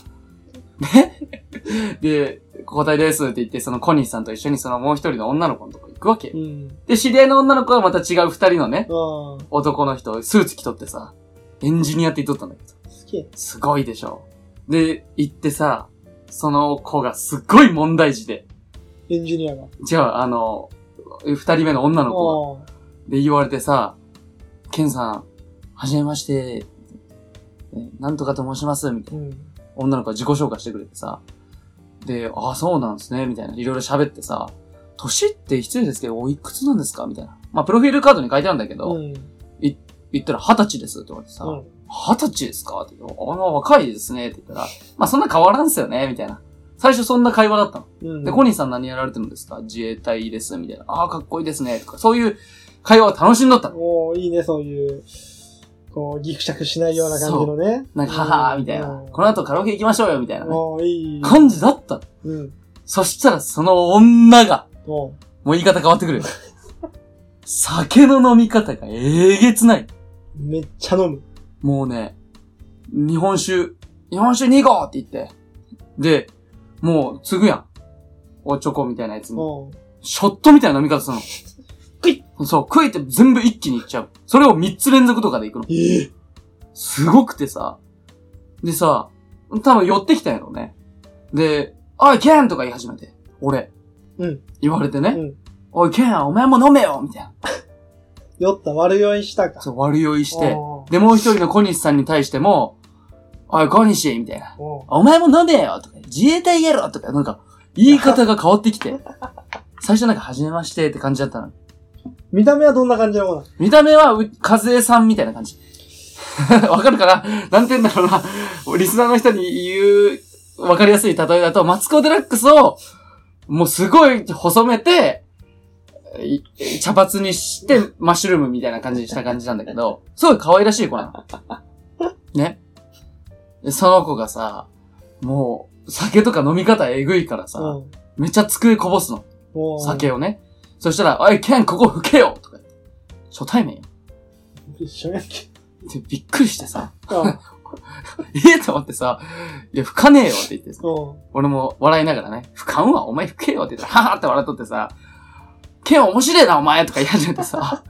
[SPEAKER 2] ね *laughs* で、答えですって言って、そのコニーさんと一緒にそのもう一人の女の子のとこ行くわけ
[SPEAKER 1] う。ん。
[SPEAKER 2] で、知り合いの女の子はまた違う二人のね、
[SPEAKER 1] ああ、好
[SPEAKER 2] 男の人、スーツ着とってさ、エンジニアって言っとったんだけど。
[SPEAKER 1] きや。
[SPEAKER 2] すごいでしょ。で、行ってさ、その子がすっごい問題児で。
[SPEAKER 1] エンジニアが。
[SPEAKER 2] じゃあ、あの、二人目の女の子が。
[SPEAKER 1] あ
[SPEAKER 2] で、言われてさ、ケンさん、はじめまして、えなんとかと申します、みた
[SPEAKER 1] あ、
[SPEAKER 2] い
[SPEAKER 1] う
[SPEAKER 2] な。
[SPEAKER 1] ん。
[SPEAKER 2] 女の子が自己紹介してくれてさ。で、ああ、そうなんですね、みたいな。いろいろ喋ってさ、年って失礼ですけど、おいくつなんですかみたいな。まあ、プロフィールカードに書いてあるんだけど、
[SPEAKER 1] うん。
[SPEAKER 2] 言ったら二十歳ですって言われてさ、
[SPEAKER 1] うん
[SPEAKER 2] 二十歳ですかって言って、あの、若いですね。って言ったら、まあそんな変わらんすよね、みたいな。最初そんな会話だったの。
[SPEAKER 1] うん。
[SPEAKER 2] で、コニーさん何やられてるんですか自衛隊です、みたいな。ああ、かっこいいですね。とか、そういう会話を楽しんどったの。
[SPEAKER 1] おー、いいね、そういう、こう、ギクシャクしないような感じのね。
[SPEAKER 2] なんか、ははーみたいな。この後カラオケ行きましょうよ、みたいなね。
[SPEAKER 1] おー、いい。
[SPEAKER 2] 感じだったの。
[SPEAKER 1] うん。
[SPEAKER 2] そしたらその女が、
[SPEAKER 1] おー
[SPEAKER 2] もう言い方変わってくるよ。酒の飲み方がえげつない。
[SPEAKER 1] めっちゃ飲む。
[SPEAKER 2] もうね、日本酒、日本酒2合って言って。で、もう、継ぐやん。おちょこみたいなやつに。
[SPEAKER 1] おー
[SPEAKER 2] ショットみたいな飲み方するの。クイッそう、クイって全部一気にいっちゃう。それを3つ連続とかでいくの。
[SPEAKER 1] ええ
[SPEAKER 2] すごくてさ。でさ、多分寄ってきたんやろうね。で、おい、ケンとか言い始めて。俺。
[SPEAKER 1] うん。
[SPEAKER 2] 言われてね。
[SPEAKER 1] うん
[SPEAKER 2] おい、ケン、お前も飲めよみたいな。
[SPEAKER 1] 酔った、悪酔いしたか。
[SPEAKER 2] そう、悪酔いして。
[SPEAKER 1] おー
[SPEAKER 2] で、もう一人の小西さんに対しても、おい、小西みたいな。
[SPEAKER 1] おー
[SPEAKER 2] お前も飲めよとか、自衛隊やろとか、なんか、言い方が変わって
[SPEAKER 1] *laughs*
[SPEAKER 2] きて。最初なんか、初めましてって感じだったの。
[SPEAKER 1] 見た目はどんな感じのもの
[SPEAKER 2] 見た目は、う和江さんみたいな感じ。 *laughs* わかるかななんて言うんだろうな。リスナーの人に言う、わかりやすい例えだと、マツコデラックスを、もうすごい細めて、い茶髪にして、マッシュルームみたいな感じにした感じなんだけど、すごい可愛らしい子なの。ね。でその子がさ、もう、酒とか飲み方えぐいからさ、
[SPEAKER 1] うん。
[SPEAKER 2] めっちゃ机こぼすの。
[SPEAKER 1] おー
[SPEAKER 2] 酒をね。そしたら、おい、ケン、ここ吹けよとか言って初対面よ。
[SPEAKER 1] 一緒やっけ。
[SPEAKER 2] でびっくりしてさ、 *laughs*
[SPEAKER 1] あ
[SPEAKER 2] ええと思ってさ、いや、吹かねえよって言ってさ
[SPEAKER 1] ー、おー
[SPEAKER 2] 俺も笑いながらね、吹かんわ、お前吹けよって言ったら、ははって笑っとってさ、ケン面白いな、お前とか言い始め
[SPEAKER 1] *laughs*
[SPEAKER 2] てさ。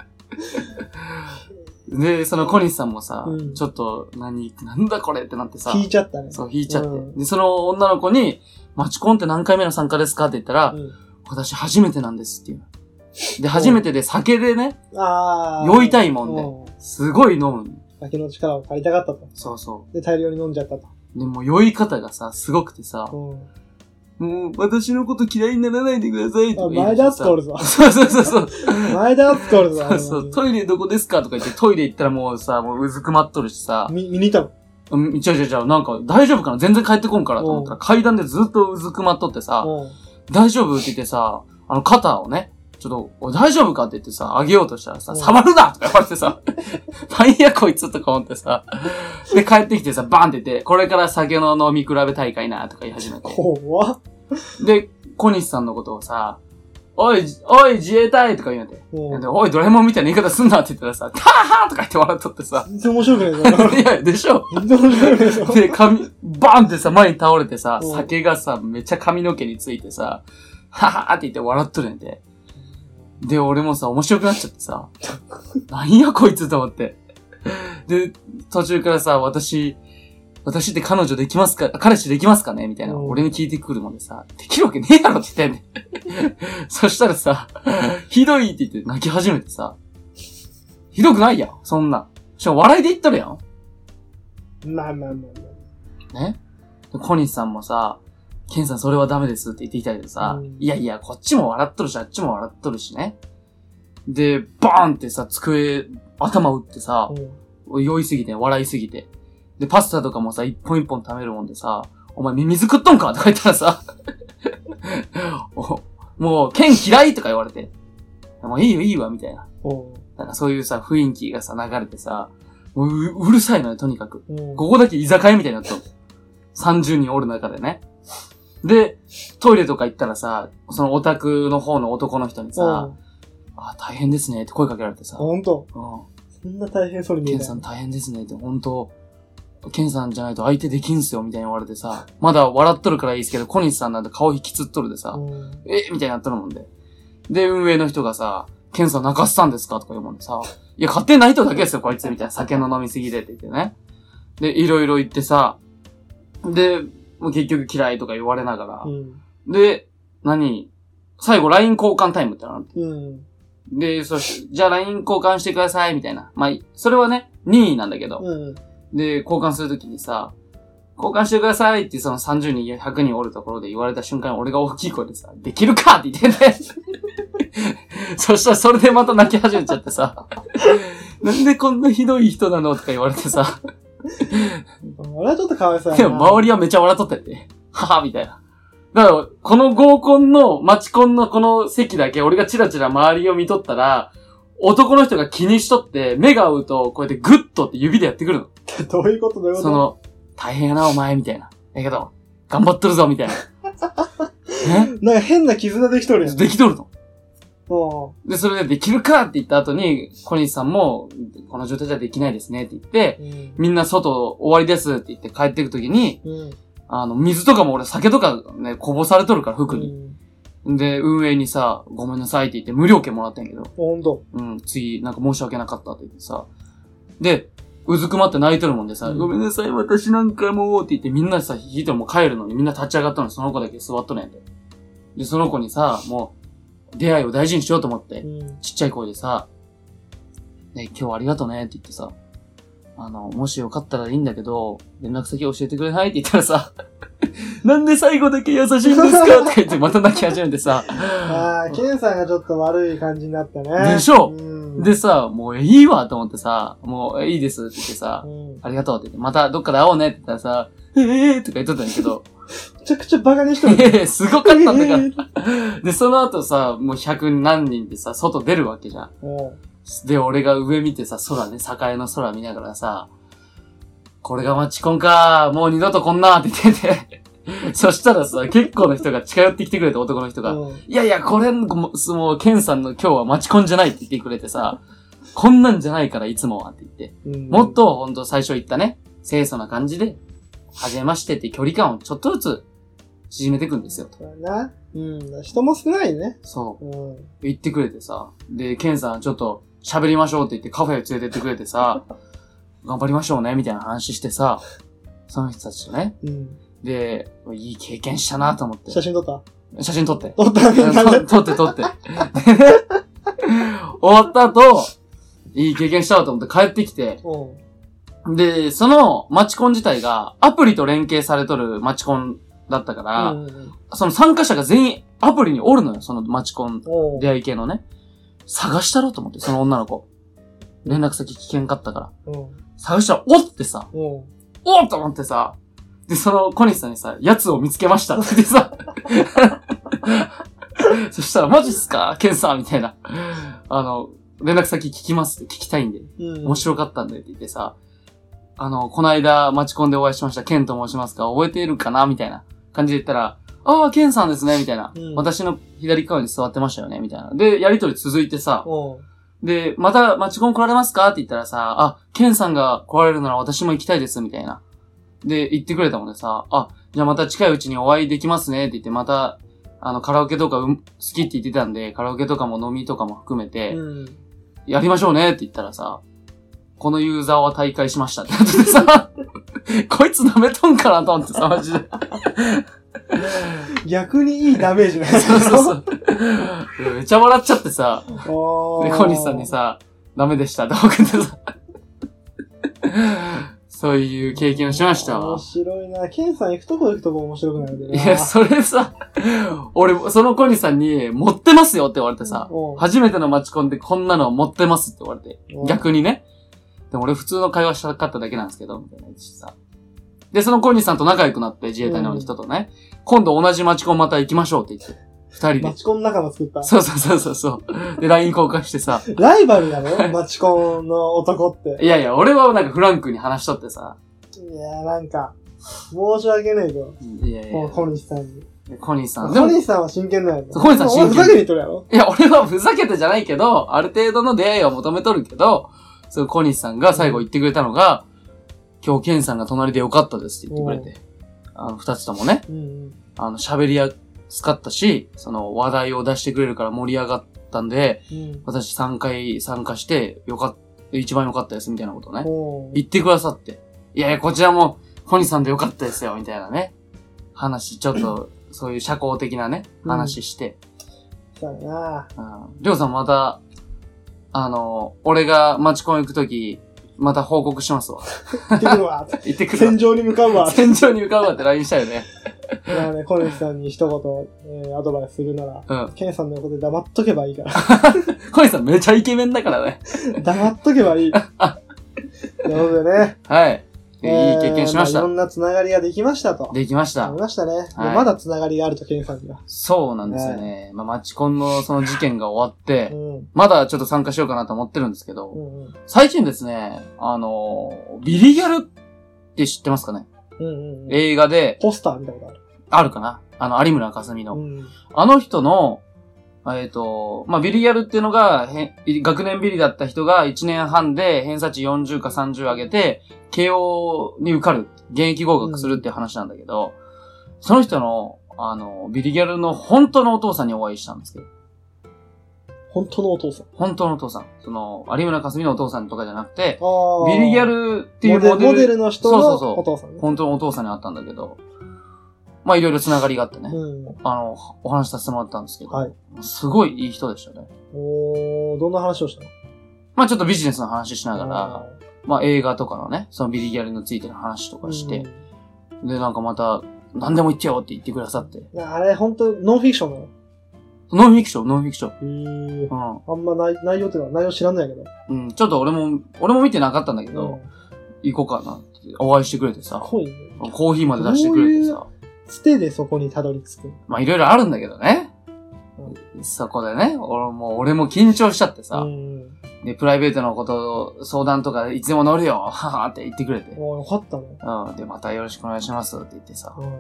[SPEAKER 2] で、その小西さんもさ、
[SPEAKER 1] うん
[SPEAKER 2] ちょっと、何、なんだこれってなってさ、
[SPEAKER 1] 聞いちゃったね。
[SPEAKER 2] そう、引いちゃって。
[SPEAKER 1] うん
[SPEAKER 2] で、その女の子に、マチコンって何回目の参加ですかって言ったら、
[SPEAKER 1] うん
[SPEAKER 2] 私初めてなんですっていう。で、初めてで酒でね、
[SPEAKER 1] ああ。
[SPEAKER 2] 酔いたいもんで
[SPEAKER 1] う
[SPEAKER 2] すごい飲むの。
[SPEAKER 1] 酒の力を借りたかったと。
[SPEAKER 2] そうそ
[SPEAKER 1] で、大量に飲んじゃったと。
[SPEAKER 2] う。でも酔い方がさ、すごくてさ、
[SPEAKER 1] うん。
[SPEAKER 2] もう私のこと嫌いにならないでくださいと
[SPEAKER 1] あ
[SPEAKER 2] か言い
[SPEAKER 1] 前
[SPEAKER 2] 出
[SPEAKER 1] 田
[SPEAKER 2] し
[SPEAKER 1] 敦
[SPEAKER 2] て
[SPEAKER 1] 子
[SPEAKER 2] さ
[SPEAKER 1] おるぞ。
[SPEAKER 2] そうそうそうそう。
[SPEAKER 1] 前田敦子おるぞ。
[SPEAKER 2] *laughs* そうそう。
[SPEAKER 1] あの
[SPEAKER 2] トイレどこですかとか言ってトイレ行ったらもうさ、もううずくまっとるしさ、
[SPEAKER 1] み、見に行ったの。
[SPEAKER 2] うん、ちゃちゃちゃ、なんか大丈夫かな全然帰ってこんからと思ったら階段でずっとうずくまっとってさ、
[SPEAKER 1] うん
[SPEAKER 2] 大丈夫って言ってさ、あの肩をね、ちょっと、おい大丈夫かって言ってさ、あげようとしたらさ、
[SPEAKER 1] うん
[SPEAKER 2] 触るなとか言われてさ、 *laughs* なんやこいつとか思ってさ、で帰ってきてさ、バンって言って、これから酒の飲み比べ大会なとか言い始めて。
[SPEAKER 1] 怖っ。
[SPEAKER 2] で、小西さんのことをさ、おい、おい、自衛隊とか言うて。
[SPEAKER 1] うん
[SPEAKER 2] でおい、ドラえもんみたいな言い方すんなって言ったらさ、ターハーとか言って笑っとってさ、
[SPEAKER 1] 全然面白くないぞ。
[SPEAKER 2] いや、でしょ
[SPEAKER 1] 全然面白くないぞ。
[SPEAKER 2] *laughs* で、髪、バーンってさ、前に倒れてさ、
[SPEAKER 1] うん
[SPEAKER 2] 酒がさ、めっちゃ髪の毛についてさ、ははーって言って笑っとるんで。で、俺もさ、面白くなっちゃってさ、 *laughs* なんやこいつと思って。で、途中からさ、私、私って彼女できますか、彼氏できますかねみたいな、
[SPEAKER 1] うん
[SPEAKER 2] 俺に聞いてくるもんでさ、できるわけねえやろって言って
[SPEAKER 1] *laughs*
[SPEAKER 2] んねんそしたらさ、ひどいって言って泣き始めてさ、ひどくないやん、そんなん。しかも笑いで言っとるやん。
[SPEAKER 1] まあまあまあ
[SPEAKER 2] ね。で小西さんもさ、ケンさんそれはダメですって言ってきたけどさ、
[SPEAKER 1] うん
[SPEAKER 2] いやいや、こっちも笑っとるし、あっちも笑っとるしね。で、バーンってさ、机、頭打って
[SPEAKER 1] まあ。、
[SPEAKER 2] さ
[SPEAKER 1] うん
[SPEAKER 2] 酔いすぎて、笑いすぎて。で、パスタとかもさ、一本一本食べるもんでさ、お前ミミズ食っとんかとか言ったらさ、 *laughs* おもう、剣嫌いとか言われて、もういいよいいわ、みたいな。
[SPEAKER 1] おう
[SPEAKER 2] なんかそういうさ、雰囲気がさ、流れてさ、もうううるさいのよ、とにかく。
[SPEAKER 1] うん
[SPEAKER 2] ここだけ居酒屋みたいになったの。30人おる中でね。で、トイレとか行ったらさ、そのオタクの方の男の人にさ、
[SPEAKER 1] ん。
[SPEAKER 2] あ、大変ですねって声かけられてさ、
[SPEAKER 1] ほんと。
[SPEAKER 2] うん。
[SPEAKER 1] そんな大変そうに見
[SPEAKER 2] ケ
[SPEAKER 1] え
[SPEAKER 2] ン
[SPEAKER 1] ない
[SPEAKER 2] さ。ん大変ですねって、本当ケンさんじゃないと相手できんすよみたいに言われてさ、まだ笑っとるからいいですけど、小西さんなんて顔引きつっとるでさ、
[SPEAKER 1] うん
[SPEAKER 2] えみたいになっとるもんで。で、運営の人がさ、ケンさん泣かせたんですかとか言うもんでさ、いや、勝手に泣いとるだけですよ、こいつ、みたいな。酒の飲みすぎでって言ってね。で、いろいろ言ってさ、で、もう結局嫌いとか言われながら
[SPEAKER 1] う。ん。
[SPEAKER 2] で、何最後、LINE 交換タイムってのある
[SPEAKER 1] うん。
[SPEAKER 2] で、そし、じゃあ LINE 交換してください、みたいな。まあ、それはね、任意なんだけど。
[SPEAKER 1] うん。
[SPEAKER 2] で、交換するときにさ、交換してくださいってその30人、100人おるところで言われた瞬間に俺が大きい声でさ、できるかって言ってね。 *laughs* そしたらそれでまた泣き始めちゃってさ、 *laughs* なんでこんなひどい人なのとか言われてさ、
[SPEAKER 1] あれはちょっとかわいそうや
[SPEAKER 2] で
[SPEAKER 1] な。
[SPEAKER 2] も周りはめちゃ笑っとったよね。ははみたいな。だから、この合コンの、マチコンのこの席だけ俺がチラチラ周りを見とったら、男の人が気にしとって、目が合うと、こうやってグッとって指でやってくるの。
[SPEAKER 1] どういうことどういうこと
[SPEAKER 2] その、大変やな、お前、みたいな。だけど、頑張っとるぞ、みたいな。
[SPEAKER 1] なんか変な絆できとる
[SPEAKER 2] え
[SPEAKER 1] やん。
[SPEAKER 2] できとるの
[SPEAKER 1] も
[SPEAKER 2] で、それでできるかって言った後に、小西さんも、この状態じゃできないですねって言って、
[SPEAKER 1] う。うん。
[SPEAKER 2] みんな外終わりですって言って帰ってくときに、
[SPEAKER 1] うん。
[SPEAKER 2] あの、水とかも俺酒とかね、こぼされとるから、服に。で、運営にさ、ごめんなさいって言って無料券もらったんやけど、
[SPEAKER 1] ほんと。
[SPEAKER 2] うん、次、なんか申し訳なかったって言ってさ。で、うずくまって泣いてるもんでさ、
[SPEAKER 1] うん
[SPEAKER 2] ごめんなさい、私なんかもうって言ってみんなさ、引いてもう帰るのにみんな立ち上がったのにその子だけ座っとるんやんで。で、その子にさ、もう、出会いを大事にしようと思って
[SPEAKER 1] う、ん。
[SPEAKER 2] ちっちゃい声でさ、ね、今日はありがとねって言ってさ、あの、もしよかったらいいんだけど、連絡先教えてくれないって言ったら
[SPEAKER 1] *laughs*
[SPEAKER 2] さ、なんで最後だけ優しいんですかって言ってまた泣き始めてさ、
[SPEAKER 1] ああ、ケンさんがちょっと悪い感じになったね。
[SPEAKER 2] でしょ
[SPEAKER 1] うん。
[SPEAKER 2] でさ、もういいわと思ってさ、もういいですって言ってさ
[SPEAKER 1] う、ん。め
[SPEAKER 2] ありがとうって言って、またどっかで会おうねって言ったらさ、ええー、とか言っとったんやけど、
[SPEAKER 1] ちゃくちゃバカにしとる。
[SPEAKER 2] ええすごかったんだか。
[SPEAKER 1] から
[SPEAKER 2] で、その後さ、もう百何人でさ、外出るわけじゃん。で、俺が上見てさ、空ね、栄の空見ながらさ、これがマチコンか、もう二度とこんなって言ってて。そしたらさ、結構の人が近寄ってきてくれて、男の人が。
[SPEAKER 1] うん。
[SPEAKER 2] いやいや、これ、もう、もうケンさんの今日はマチコンじゃないって言ってくれてさ、こんなんじゃないから、いつもはって言って。
[SPEAKER 1] うん
[SPEAKER 2] もっ、と、ほんと最初言ったね、清楚な感じで、はじめましてって距離感をちょっとずつ縮めていくんですよ、と。
[SPEAKER 1] そうやな。うん。人も少ないね。
[SPEAKER 2] そう。
[SPEAKER 1] うん。
[SPEAKER 2] 言ってくれてさ、で、ケンさんちょっと喋りましょうって言ってカフェへ連れてってくれてさ、 *laughs* 頑張りましょうね、みたいな話してさ、その人たちとね。
[SPEAKER 1] うん。
[SPEAKER 2] で、いい経験したなと思って。
[SPEAKER 1] 写真撮った
[SPEAKER 2] 写真撮
[SPEAKER 1] *laughs*
[SPEAKER 2] って。
[SPEAKER 1] 撮ったね。なんで
[SPEAKER 2] と撮って撮って。 *laughs* でね終わった後、いい経験したわと思って帰ってきて、
[SPEAKER 1] うん。
[SPEAKER 2] で、そのマチコン自体がアプリと連携されとるマチコンだったから、
[SPEAKER 1] うん。
[SPEAKER 2] その参加者が全員アプリにおるのよ、そのマチコン
[SPEAKER 1] おう
[SPEAKER 2] 出会い系のね。探したろと思って、その女の子。連絡先聞けんかったから。
[SPEAKER 1] うん。
[SPEAKER 2] 探したら、おってさ、
[SPEAKER 1] うん。
[SPEAKER 2] おっと思ってさ、で、その小西さんにさ、やつを見つけましたって言ってさ、そしたら、マジっすかケンさんみたいな。あの、連絡先聞きますって聞きたいんで、
[SPEAKER 1] うん。
[SPEAKER 2] 面白かったんでって言ってさ、あの、この間、待ち込んでお会いしました、ケンと申しますが、覚えているかなみたいな感じで言ったら、ああ、ケンさんですね、みたいな。
[SPEAKER 1] うん
[SPEAKER 2] 私の左側に座ってましたよね、みたいな。で、やりとり続いてさ、
[SPEAKER 1] うん。
[SPEAKER 2] で、またマチコン来られますかって言ったらさ、あ、ケンさんが来られるなら私も行きたいです、みたいな。で、言ってくれたもんでさ、あ、じゃあまた近いうちにお会いできますね、って言って、また、あの、カラオケとかうん好きって言ってたんで、カラオケとかも飲みとかも含めて、
[SPEAKER 1] うん。
[SPEAKER 2] やりましょうねって言ったらさ、このユーザーは大会しましたってなってて *laughs* さ、こいつ舐めとんかなと思ってさ、マジで。
[SPEAKER 1] 逆にいいダメージね。
[SPEAKER 2] *laughs* そうそうそう。めっちゃ笑っちゃってさ、
[SPEAKER 1] お
[SPEAKER 2] *laughs* で、
[SPEAKER 1] ー
[SPEAKER 2] 小西さんに。さ、ダメでしたって送ってさ、 *laughs* そういう経験をしました
[SPEAKER 1] 面
[SPEAKER 2] わ。
[SPEAKER 1] 白いな。ケンさん行くとこ行くとこ面白くなるん
[SPEAKER 2] い
[SPEAKER 1] だ
[SPEAKER 2] や、それさ、俺、その小西さんに、持ってますよって言われてさ、
[SPEAKER 1] おう
[SPEAKER 2] 初めてのマチコンでこんなの持ってますって言われて、
[SPEAKER 1] おう
[SPEAKER 2] 逆にね。でも俺普通の会話したかっただけなんですけど、みたいな言ってさ。で、その小西さんと仲良くなって、自衛隊の人とね、今度同じマチコンまた行きましょうって言って、二人
[SPEAKER 1] マ
[SPEAKER 2] で。
[SPEAKER 1] チコン仲間作った。
[SPEAKER 2] そうそうそうそうそう。で、LINE 交換してさ、
[SPEAKER 1] ライバルだろマチコンの男って。
[SPEAKER 2] いやいや、俺はなんかフランクに話しとってさ、
[SPEAKER 1] いや、なんか、申し訳ねえけど、
[SPEAKER 2] いやい
[SPEAKER 1] この
[SPEAKER 2] や、
[SPEAKER 1] 小西さんに。
[SPEAKER 2] コニーさん。で
[SPEAKER 1] 小
[SPEAKER 2] も、い
[SPEAKER 1] 西さんは真剣だよね。
[SPEAKER 2] 小西さん真剣
[SPEAKER 1] お前ふざけてとるやろ
[SPEAKER 2] や、俺はふざけてじゃないけど、ある程度の出会いを求めとるけど、そう、コニーさんが最後言ってくれたのが、今日ケンさんが隣でよかったですって言ってくれて、あの、二つともね、
[SPEAKER 1] うんうん。
[SPEAKER 2] あの、喋りやすかったし、その話題を出してくれるから盛り上がったんで、
[SPEAKER 1] うん。
[SPEAKER 2] 私3回参加して、よかっ、一番良かったですみたいなことをね、
[SPEAKER 1] おー
[SPEAKER 2] 言ってくださって。いやいや、こちらも、コニーさんでよかったですよ、みたいなね。話、ちょっと、そういう社交的なね、
[SPEAKER 1] うん
[SPEAKER 2] 話して。
[SPEAKER 1] そうやな
[SPEAKER 2] うん。りょうさんまた、あの、俺が町コン行くとき、また報告しますわ。
[SPEAKER 1] 行ってくる
[SPEAKER 2] *laughs*
[SPEAKER 1] わ。
[SPEAKER 2] 行ってくる
[SPEAKER 1] 戦場に向かうわ
[SPEAKER 2] わ。。戦場に向かうわって LINE したよね。
[SPEAKER 1] まあね、小西さんに一言、えーアドバイスするなら、
[SPEAKER 2] うん。
[SPEAKER 1] ケンさんの横で黙っとけばいいから。 *laughs*
[SPEAKER 2] コニーさんめちゃイケメンだからね。
[SPEAKER 1] 黙っとけばい
[SPEAKER 2] *laughs*
[SPEAKER 1] い。ということでね。
[SPEAKER 2] はい。いい
[SPEAKER 1] えー
[SPEAKER 2] 経験しまし
[SPEAKER 1] あい
[SPEAKER 2] た
[SPEAKER 1] ろ。んなつながりができましたと。
[SPEAKER 2] できまし
[SPEAKER 1] あ
[SPEAKER 2] た
[SPEAKER 1] り。ましたね。で
[SPEAKER 2] はい
[SPEAKER 1] まだつながりがあると、ケンさんには。
[SPEAKER 2] そうなんですよね。まあ、マチコンのその事件が終わって
[SPEAKER 1] う、ん。
[SPEAKER 2] まだちょっと参加しようかなと思ってるんですけど、
[SPEAKER 1] うんうん。
[SPEAKER 2] 最近ですね、あの、ビリギャルって知ってますかね
[SPEAKER 1] うんうんうん。
[SPEAKER 2] 映画で、
[SPEAKER 1] ポスター見たことある。
[SPEAKER 2] あるかなあの、有村架純
[SPEAKER 1] う
[SPEAKER 2] の。
[SPEAKER 1] ん。
[SPEAKER 2] あの人の、えっ、と、まあ、ビリギャルっていうのが、へ学年ビリだった人が1年半で偏差値40か30上げて、慶応に受かる、現役合格するっていう話なんだけど、その人の、あの、ビリギャルの本当のお父さんにお会いしたんですけど、
[SPEAKER 1] 本当のお父さん。
[SPEAKER 2] 本当のお父さん。その、有村架純のお父さんとかじゃなくて、
[SPEAKER 1] あ
[SPEAKER 2] ビリギャ
[SPEAKER 1] っ
[SPEAKER 2] ルっていう
[SPEAKER 1] モ
[SPEAKER 2] モ
[SPEAKER 1] デ
[SPEAKER 2] デ
[SPEAKER 1] ル
[SPEAKER 2] ル。
[SPEAKER 1] モデルの人
[SPEAKER 2] そうそう
[SPEAKER 1] の
[SPEAKER 2] そ
[SPEAKER 1] お
[SPEAKER 2] う
[SPEAKER 1] 父さんね。
[SPEAKER 2] 本当のお父さんに会ったんだけど、まあいろいろつながりがあってね、
[SPEAKER 1] うん。
[SPEAKER 2] あの、お話しさせてもらったんですけど、
[SPEAKER 1] はい
[SPEAKER 2] すごいいい人でしたね。
[SPEAKER 1] おー、どんな話をしたの
[SPEAKER 2] まあちょっとビジネスの話しなが
[SPEAKER 1] あ
[SPEAKER 2] ら、まあ映画とかのね、そのビリギャルについての話とかして、でなんかまた、何でも言ってよって言ってくださって。
[SPEAKER 1] あれ、本当ノンフィクションなの
[SPEAKER 2] ノンフィクション、ノンフィクション。
[SPEAKER 1] へー
[SPEAKER 2] うん
[SPEAKER 1] あんま内内容っていうか内容知らんないけど。。
[SPEAKER 2] うん、ちょっと俺も、俺も見てなかったんだけど、
[SPEAKER 1] ん。
[SPEAKER 2] 行こうかなって、お会いしてくれてさ、
[SPEAKER 1] 濃いね。
[SPEAKER 2] コーヒーまで出してくれてさ、
[SPEAKER 1] つてでそこにたどり着く。
[SPEAKER 2] まあいろいろあるんだけどね。そこでね、俺も、俺も緊張しちゃってさ、
[SPEAKER 1] うん。
[SPEAKER 2] で、プライベートのことを相談とかいつでも乗るよははって言ってくれて。
[SPEAKER 1] おーよかったね。
[SPEAKER 2] うん。で、またよろしくお願いしますって言ってさ。
[SPEAKER 1] うん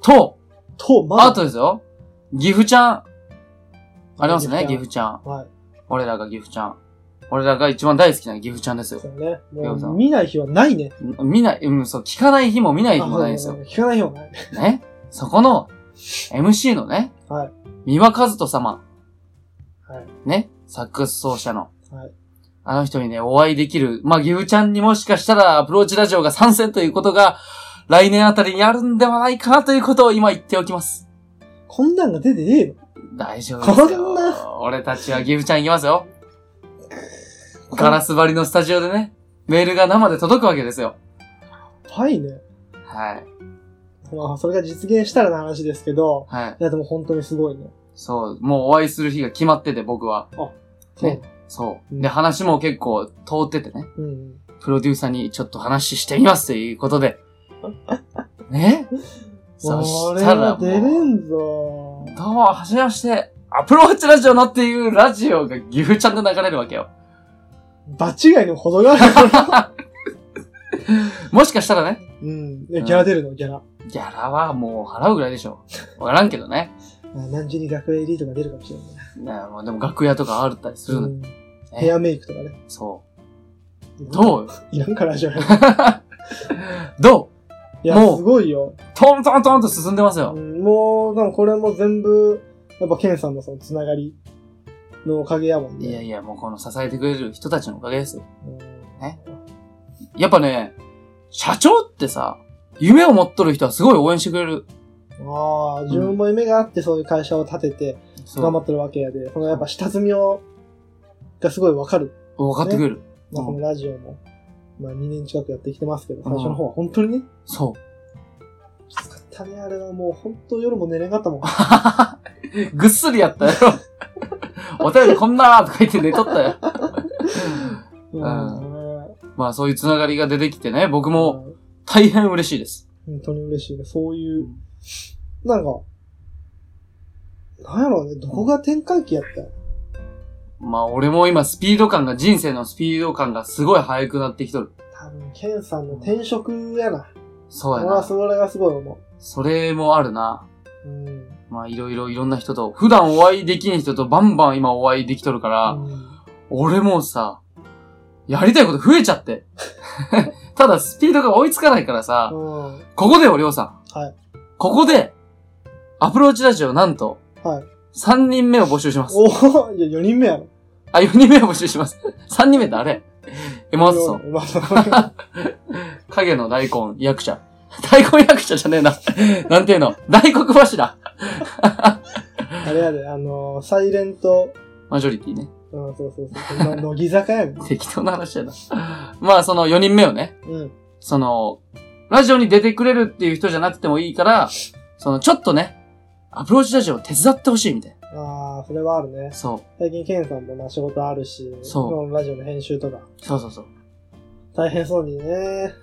[SPEAKER 2] と、
[SPEAKER 1] と、まだ
[SPEAKER 2] あとですよ。ギフちゃん。ありますね、ギ
[SPEAKER 1] ギ
[SPEAKER 2] フ
[SPEAKER 1] フ
[SPEAKER 2] ちゃん。
[SPEAKER 1] はい。
[SPEAKER 2] 俺らがギフちゃん。俺らが一番大好きなギフちゃんですよ
[SPEAKER 1] そ。うね。
[SPEAKER 2] ようさ
[SPEAKER 1] も
[SPEAKER 2] ん
[SPEAKER 1] う見ない日はないね。
[SPEAKER 2] ん見ない、うん、そう、聞かない日も見ない日もないです
[SPEAKER 1] あ
[SPEAKER 2] よ
[SPEAKER 1] そ。う聞かない日もない。
[SPEAKER 2] ね。そこの、MC のね。
[SPEAKER 1] はい。
[SPEAKER 2] 三輪和人様。
[SPEAKER 1] はい。
[SPEAKER 2] ね。サックス奏者の。
[SPEAKER 1] はい。
[SPEAKER 2] あの人にね、お会いできる。まあ、ギフちゃんにもしかしたらアプローチラジオが参戦ということが、来年あたりにあるんではないかなということを今言っておきます。
[SPEAKER 1] こんなんが出てねえの
[SPEAKER 2] 大丈夫ですよ。
[SPEAKER 1] こんな
[SPEAKER 2] 俺たちはギフちゃん行きますよ。ガラス張りのスタジオでね、メールが生で届くわけですよ。
[SPEAKER 1] はいね。
[SPEAKER 2] はい。
[SPEAKER 1] まあ、それが実現したらの話ですけど、
[SPEAKER 2] はい。
[SPEAKER 1] いや、でも本当にすごいね。
[SPEAKER 2] そう、もうお会いする日が決まってて、僕は。ねそう。で、話も結構通っててね、
[SPEAKER 1] うん。うん。
[SPEAKER 2] プロデューサーにちょっと話してみますということで。
[SPEAKER 1] *laughs*
[SPEAKER 2] ねそしたらもう。
[SPEAKER 1] 俺は出れんぞ。
[SPEAKER 2] どうも、はじめまして。アプローチラジオなっていうラジオがギフちゃんで流れるわけよ。
[SPEAKER 1] 場違いの程がある。
[SPEAKER 2] もしかしたらね、
[SPEAKER 1] うん。いやギャラ出るの、ギャラ。
[SPEAKER 2] ギャラはもう払うぐらいでしょ。わからんけどね。 *laughs*
[SPEAKER 1] あ何時に学園エリートが出るかもしれないね。
[SPEAKER 2] ねまあでも楽屋とかあったりするの、
[SPEAKER 1] ん。ヘアメイクとかね。
[SPEAKER 2] そう。どうよ
[SPEAKER 1] いらんからじゃん。い
[SPEAKER 2] *laughs* ど
[SPEAKER 1] や、
[SPEAKER 2] もう
[SPEAKER 1] すごいよ。
[SPEAKER 2] うトントントンと進んでます
[SPEAKER 1] う
[SPEAKER 2] よ。
[SPEAKER 1] んもう、でもこれも全部、やっぱケンさんのそのつながりのおかげやもんね。
[SPEAKER 2] いやいや、もうこの支えてくれる人たちのおかげですよ。
[SPEAKER 1] うん
[SPEAKER 2] ねやっぱね、社長ってさ、夢を持っとる人はすごい応援してくれる。
[SPEAKER 1] ああ、自分も夢があってそういう会社を立てて
[SPEAKER 2] そう
[SPEAKER 1] 頑張ってるわけやで、そのやっぱ下積みを、がすごいわかる。
[SPEAKER 2] 分かってくれ
[SPEAKER 1] まあ
[SPEAKER 2] る。うん
[SPEAKER 1] このラジオも、まあ2年近くやってきてますけど、最初の方は本当にね、
[SPEAKER 2] そう。
[SPEAKER 1] きつかったね、あれはもう本当夜も寝れんかったもん。
[SPEAKER 2] ぐっすりやったよ。 *laughs* お便りこんなーとか言って寝とっ
[SPEAKER 1] *laughs*
[SPEAKER 2] たよ。
[SPEAKER 1] うん
[SPEAKER 2] まあそういうつながりが出てきてね、僕も
[SPEAKER 1] うん
[SPEAKER 2] 大変嬉しいです。
[SPEAKER 1] 本当に嬉しいね。そういう、なんか、なんやろうね、どこが転換期やったよ
[SPEAKER 2] まあ俺も今スピード感が、人生のスピード感がすごい速くなってきとる。
[SPEAKER 1] 多分、ケンさんの転職やな。
[SPEAKER 2] そうや
[SPEAKER 1] 俺は
[SPEAKER 2] な。
[SPEAKER 1] それがすごい思
[SPEAKER 2] それもあるな。
[SPEAKER 1] う。うん。
[SPEAKER 2] まあ、いろいろいろんな人と、普段お会いできん人とバンバン今お会いできとるから、
[SPEAKER 1] うん
[SPEAKER 2] 俺もうさ、やりたいこと増えちゃって。 *laughs* ただスピードが追いつかないからさ、
[SPEAKER 1] うん。
[SPEAKER 2] ここでよ、りょうさん。
[SPEAKER 1] はい。
[SPEAKER 2] ここで、アプローチラジオなんと、
[SPEAKER 1] はい。
[SPEAKER 2] 3人目を募集します。
[SPEAKER 1] お *laughs* お、いや、4人目やろ。
[SPEAKER 2] あ、4人目を募集します。3人目誰エマーソン。
[SPEAKER 1] まあ、
[SPEAKER 2] 影の大根役者。 *laughs* 大根役者じゃねえな。 *laughs* なんていうの大黒柱。
[SPEAKER 1] あれやで、あのー、サイレント、
[SPEAKER 2] マジョリティね。
[SPEAKER 1] うん、そうそうそう。まあ乃木坂
[SPEAKER 2] *laughs*
[SPEAKER 1] やねん。
[SPEAKER 2] 適当な話やな。まあ、その4人目をね、
[SPEAKER 1] うん。
[SPEAKER 2] その、ラジオに出てくれるっていう人じゃなくてもいいから、その、ちょっとね、アプローチラジオを手伝ってほしいみたい
[SPEAKER 1] ああ、それはあるね
[SPEAKER 2] な。。そ
[SPEAKER 1] 最近、ケンさんもまあ仕事あるし、
[SPEAKER 2] そう
[SPEAKER 1] このラジオの編集とか、
[SPEAKER 2] う。そうそうそう。
[SPEAKER 1] 大変そうにね、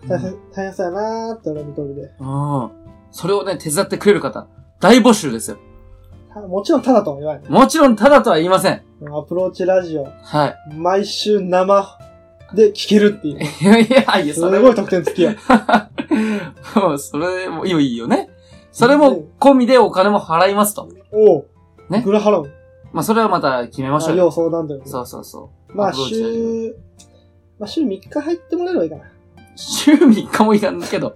[SPEAKER 2] うん
[SPEAKER 1] 大変、大変そうやなーって俺見とるで。
[SPEAKER 2] うん。それをね、手伝ってくれる方、大募集ですよ。
[SPEAKER 1] たもちろんただとは言わない、ね。
[SPEAKER 2] もちろん、ただとは言いません。
[SPEAKER 1] アプローチラジオ、
[SPEAKER 2] はい。 *laughs*
[SPEAKER 1] 毎週生で聞けるっていう。
[SPEAKER 2] いやいや、いや、
[SPEAKER 1] す
[SPEAKER 2] それ
[SPEAKER 1] ごい得点付き
[SPEAKER 2] *laughs*
[SPEAKER 1] や。
[SPEAKER 2] も、それもいいよ、いいよね。それも込みでお金も払いますと。
[SPEAKER 1] おお。
[SPEAKER 2] ね
[SPEAKER 1] いくら払う
[SPEAKER 2] まあ、それはまた決めましょ
[SPEAKER 1] の
[SPEAKER 2] うよ。
[SPEAKER 1] 要相談だよね。
[SPEAKER 2] そうそうそう。
[SPEAKER 1] ま
[SPEAKER 2] ア
[SPEAKER 1] あ、
[SPEAKER 2] プローチラジオ
[SPEAKER 1] 週、まあ、週3日入ってもらえればいいかな。
[SPEAKER 2] 週3日もいらんけど。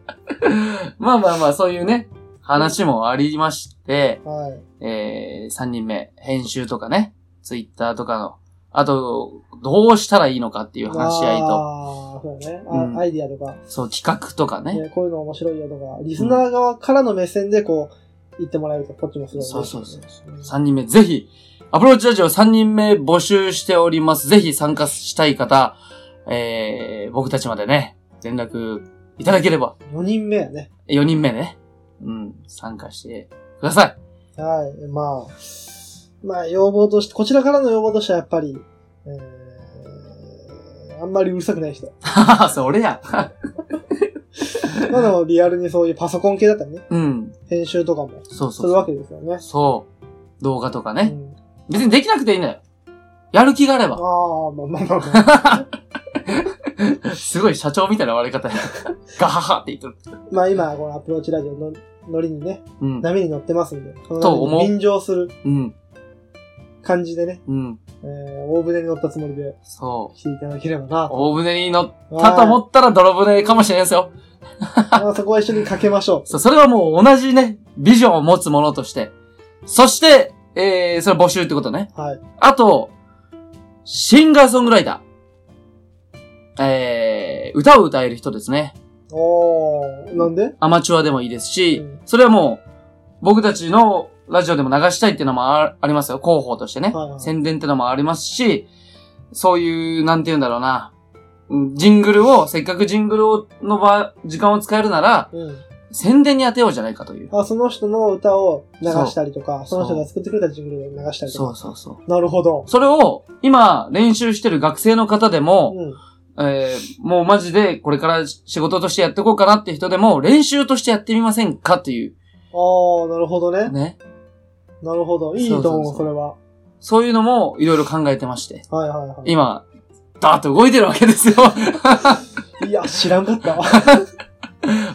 [SPEAKER 2] *laughs* まあまあまあ、そういうね、話もありまして、
[SPEAKER 1] はい。
[SPEAKER 2] えー、3人目、編集とかね、ツイッターとかの、あと、どうしたらいいのかっていう話し合いと、
[SPEAKER 1] ああ、そうだね。あ、
[SPEAKER 2] うん
[SPEAKER 1] アイディアとか、
[SPEAKER 2] そう、企画とかね。
[SPEAKER 1] ね、こういうの面白いよとか、リスナー側からの目線でこう、言ってもらえるとこっちもすごい、
[SPEAKER 2] そうそうそう
[SPEAKER 1] うん。
[SPEAKER 2] 3人目、ぜひ、アプローチラジオ3人目募集しております。ぜひ参加したい方、えー、僕たちまでね、連絡いただければ、
[SPEAKER 1] 4人目やね。
[SPEAKER 2] 4人目ね、うん、参加してください。
[SPEAKER 1] はい。まあ、まあ、要望として、こちらからの要望としてはやっぱり、えー、あんまりうるさくない
[SPEAKER 2] *laughs*
[SPEAKER 1] 人。
[SPEAKER 2] ははは、それや。
[SPEAKER 1] まだリアルにそういうパソコン系だったりね、
[SPEAKER 2] うん、
[SPEAKER 1] 編集とかも
[SPEAKER 2] そう
[SPEAKER 1] す
[SPEAKER 2] そう
[SPEAKER 1] る
[SPEAKER 2] そ
[SPEAKER 1] わ
[SPEAKER 2] う。
[SPEAKER 1] けですよね。
[SPEAKER 2] そう。動画とか
[SPEAKER 1] う
[SPEAKER 2] ね。
[SPEAKER 1] ん、
[SPEAKER 2] 別にできなくていいんだよ。やる気があれば。
[SPEAKER 1] ああ、まあまあまあまあ。
[SPEAKER 2] すごい社長みたいな割れ方
[SPEAKER 1] *laughs*
[SPEAKER 2] や。ガハハって言ってる。
[SPEAKER 1] まあ今、このアプローチラジオの乗りにね、
[SPEAKER 2] うん。
[SPEAKER 1] 波に乗ってますんで、ことの
[SPEAKER 2] 思う
[SPEAKER 1] 波に便乗する
[SPEAKER 2] うん。
[SPEAKER 1] 感じでね、
[SPEAKER 2] うん。
[SPEAKER 1] えー、大船に乗ったつもりで
[SPEAKER 2] そう。
[SPEAKER 1] 来ていただければな。
[SPEAKER 2] 大船に乗ったと思ったら泥船かもしれんですよ。
[SPEAKER 1] まあそこは一緒にかけましょ
[SPEAKER 2] そう、それはもう同じね、ビジョンを持つものとして。そして、えー、それ募集ってことね。
[SPEAKER 1] う。はい。
[SPEAKER 2] あと、シンガーソングライター。えー、歌を歌える人ですね。
[SPEAKER 1] おー、なんで
[SPEAKER 2] アマチュアでもいいですし、
[SPEAKER 1] うん
[SPEAKER 2] それはもう、僕たちのラジオでも流したいっていうのもあありますよ。広報としてね。
[SPEAKER 1] はいはい
[SPEAKER 2] 宣伝っていうのもありますし、そういう、なんて言うんだろうな。うんジングルを、せっかくジングルをの場、時間を使えるなら、
[SPEAKER 1] うん。
[SPEAKER 2] 宣伝に当てようじゃないかという。
[SPEAKER 1] あ、その人の歌を流したりとか、そ
[SPEAKER 2] そう
[SPEAKER 1] の人が作ってくれたジングルを流したりと
[SPEAKER 2] そ
[SPEAKER 1] か。
[SPEAKER 2] うそうそう。
[SPEAKER 1] なるほど。
[SPEAKER 2] それを、今、練習してる学生の方でも、
[SPEAKER 1] うん。
[SPEAKER 2] えーもうマジでこれから仕事としてやっていこうかなって人でも、練習としてやってみませんかという、
[SPEAKER 1] ああ、なるほどね。
[SPEAKER 2] ね。
[SPEAKER 1] なるほど。いいと
[SPEAKER 2] そうそう
[SPEAKER 1] 思
[SPEAKER 2] そう
[SPEAKER 1] う、それは。
[SPEAKER 2] そういうのも、いろいろ考えてまして。
[SPEAKER 1] はいはいはい。
[SPEAKER 2] 今、ダーッと動いてるわけですよ。 *laughs*
[SPEAKER 1] いや、知らんかったわ。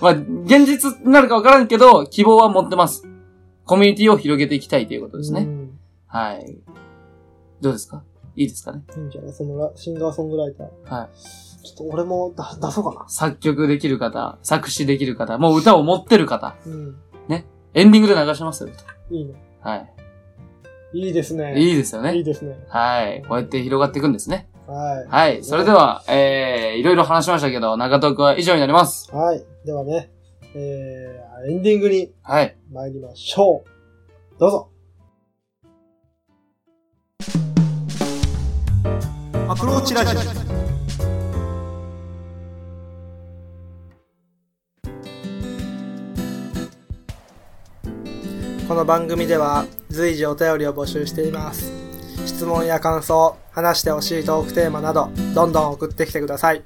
[SPEAKER 2] まあ、現実になるかわからんけど、希望は持ってます。コミュニティを広げていきたいということですね。
[SPEAKER 1] うん
[SPEAKER 2] はい。どうですかいいですかね
[SPEAKER 1] いいんじゃないそのラシンガーソングライター。
[SPEAKER 2] はい。
[SPEAKER 1] ちょっと俺も出出そうか
[SPEAKER 2] 作曲できる方、作詞できる方、もう歌を持ってる方、
[SPEAKER 1] な。うん。
[SPEAKER 2] エンディングで流しますよ。
[SPEAKER 1] いいね。
[SPEAKER 2] はい
[SPEAKER 1] いいですね。
[SPEAKER 2] いいですよ
[SPEAKER 1] いい
[SPEAKER 2] ね。
[SPEAKER 1] ですね。
[SPEAKER 2] はい。こうやって広がっていくんですね。
[SPEAKER 1] は
[SPEAKER 2] はい。それでは、えー、いろいろ話しましたけど、中東区は以上になります。
[SPEAKER 1] い。はい。ではね、えー、エンディングに
[SPEAKER 2] はい。
[SPEAKER 1] 参りましょう。どうぞ。アプローチラジオ。この番組では随時お便りを募集しています。質問や感想、話してほしいトークテーマなど、どんどん送ってきてください。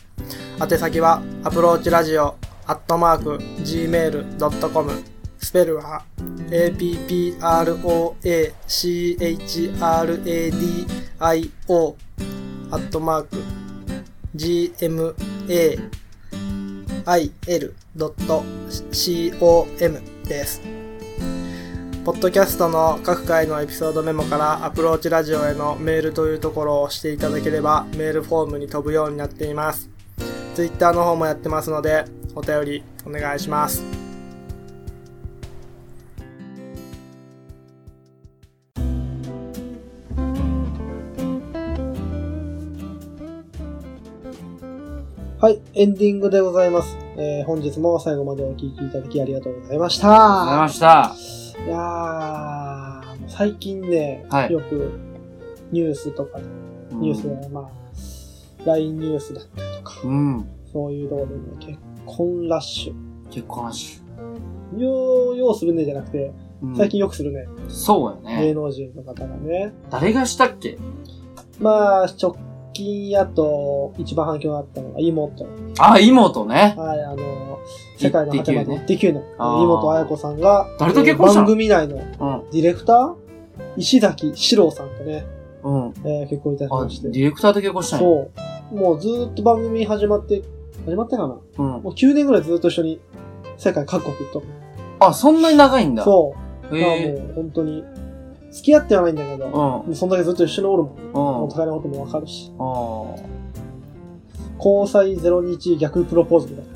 [SPEAKER 1] 宛先は、アプローチラジオ、アットマーク、gmail.com、スペルは、approachradio アットマーク gmail il.com です。ポッドキャストの各回のエピソードメモからアプローチラジオへのメールというところを押していただければメールフォームに飛ぶようになっています。Twitter の方もやってますのでお便りお願いします。はい、エンディングでございます。えー本日も最後までお聞きいただきありがとうございました。
[SPEAKER 2] ありがとうございました。
[SPEAKER 1] いやー、もう最近ね、
[SPEAKER 2] はい
[SPEAKER 1] よくニュースとかで、ニュースで、まあ、LINE ニュースだったりとか、
[SPEAKER 2] うん。
[SPEAKER 1] そういうところで、ね、結婚ラッシ
[SPEAKER 2] 結婚話。
[SPEAKER 1] ュ。よう、ようするねじゃなくて、
[SPEAKER 2] うん
[SPEAKER 1] 最近よくするね、
[SPEAKER 2] そうや
[SPEAKER 1] 芸
[SPEAKER 2] ね。
[SPEAKER 1] 能人の方がね。
[SPEAKER 2] 誰がしたっけ
[SPEAKER 1] まあ、直近やと、一番反響があったのが妹。
[SPEAKER 2] あ、妹ね。
[SPEAKER 1] はい、あの、世界の果てまで、イッテ Q の
[SPEAKER 2] あー
[SPEAKER 1] 妹彩子さんが、
[SPEAKER 2] 誰と結婚したの
[SPEAKER 1] 番組内のデ
[SPEAKER 2] うん。
[SPEAKER 1] ィレクター石崎史郎さんとね、
[SPEAKER 2] うん。
[SPEAKER 1] えー結婚いたし
[SPEAKER 2] あ、
[SPEAKER 1] まして
[SPEAKER 2] デ。ィレクターと結婚したんや。
[SPEAKER 1] そう。もうずーっと番組始まって、始まってかなも
[SPEAKER 2] う。ん
[SPEAKER 1] う。9年ぐらいずーっと一緒に世界各国と。
[SPEAKER 2] あ、そんなに長いんだ。
[SPEAKER 1] そう。
[SPEAKER 2] う。
[SPEAKER 1] だから
[SPEAKER 2] へえ。
[SPEAKER 1] もう本当に、付き合ってはないんだけど、
[SPEAKER 2] う
[SPEAKER 1] も
[SPEAKER 2] ん。
[SPEAKER 1] うそんだけずっと一緒におるもん。
[SPEAKER 2] うん
[SPEAKER 1] お。互いのこともわかるし。
[SPEAKER 2] あ
[SPEAKER 1] 交際0日逆プロポーズみたい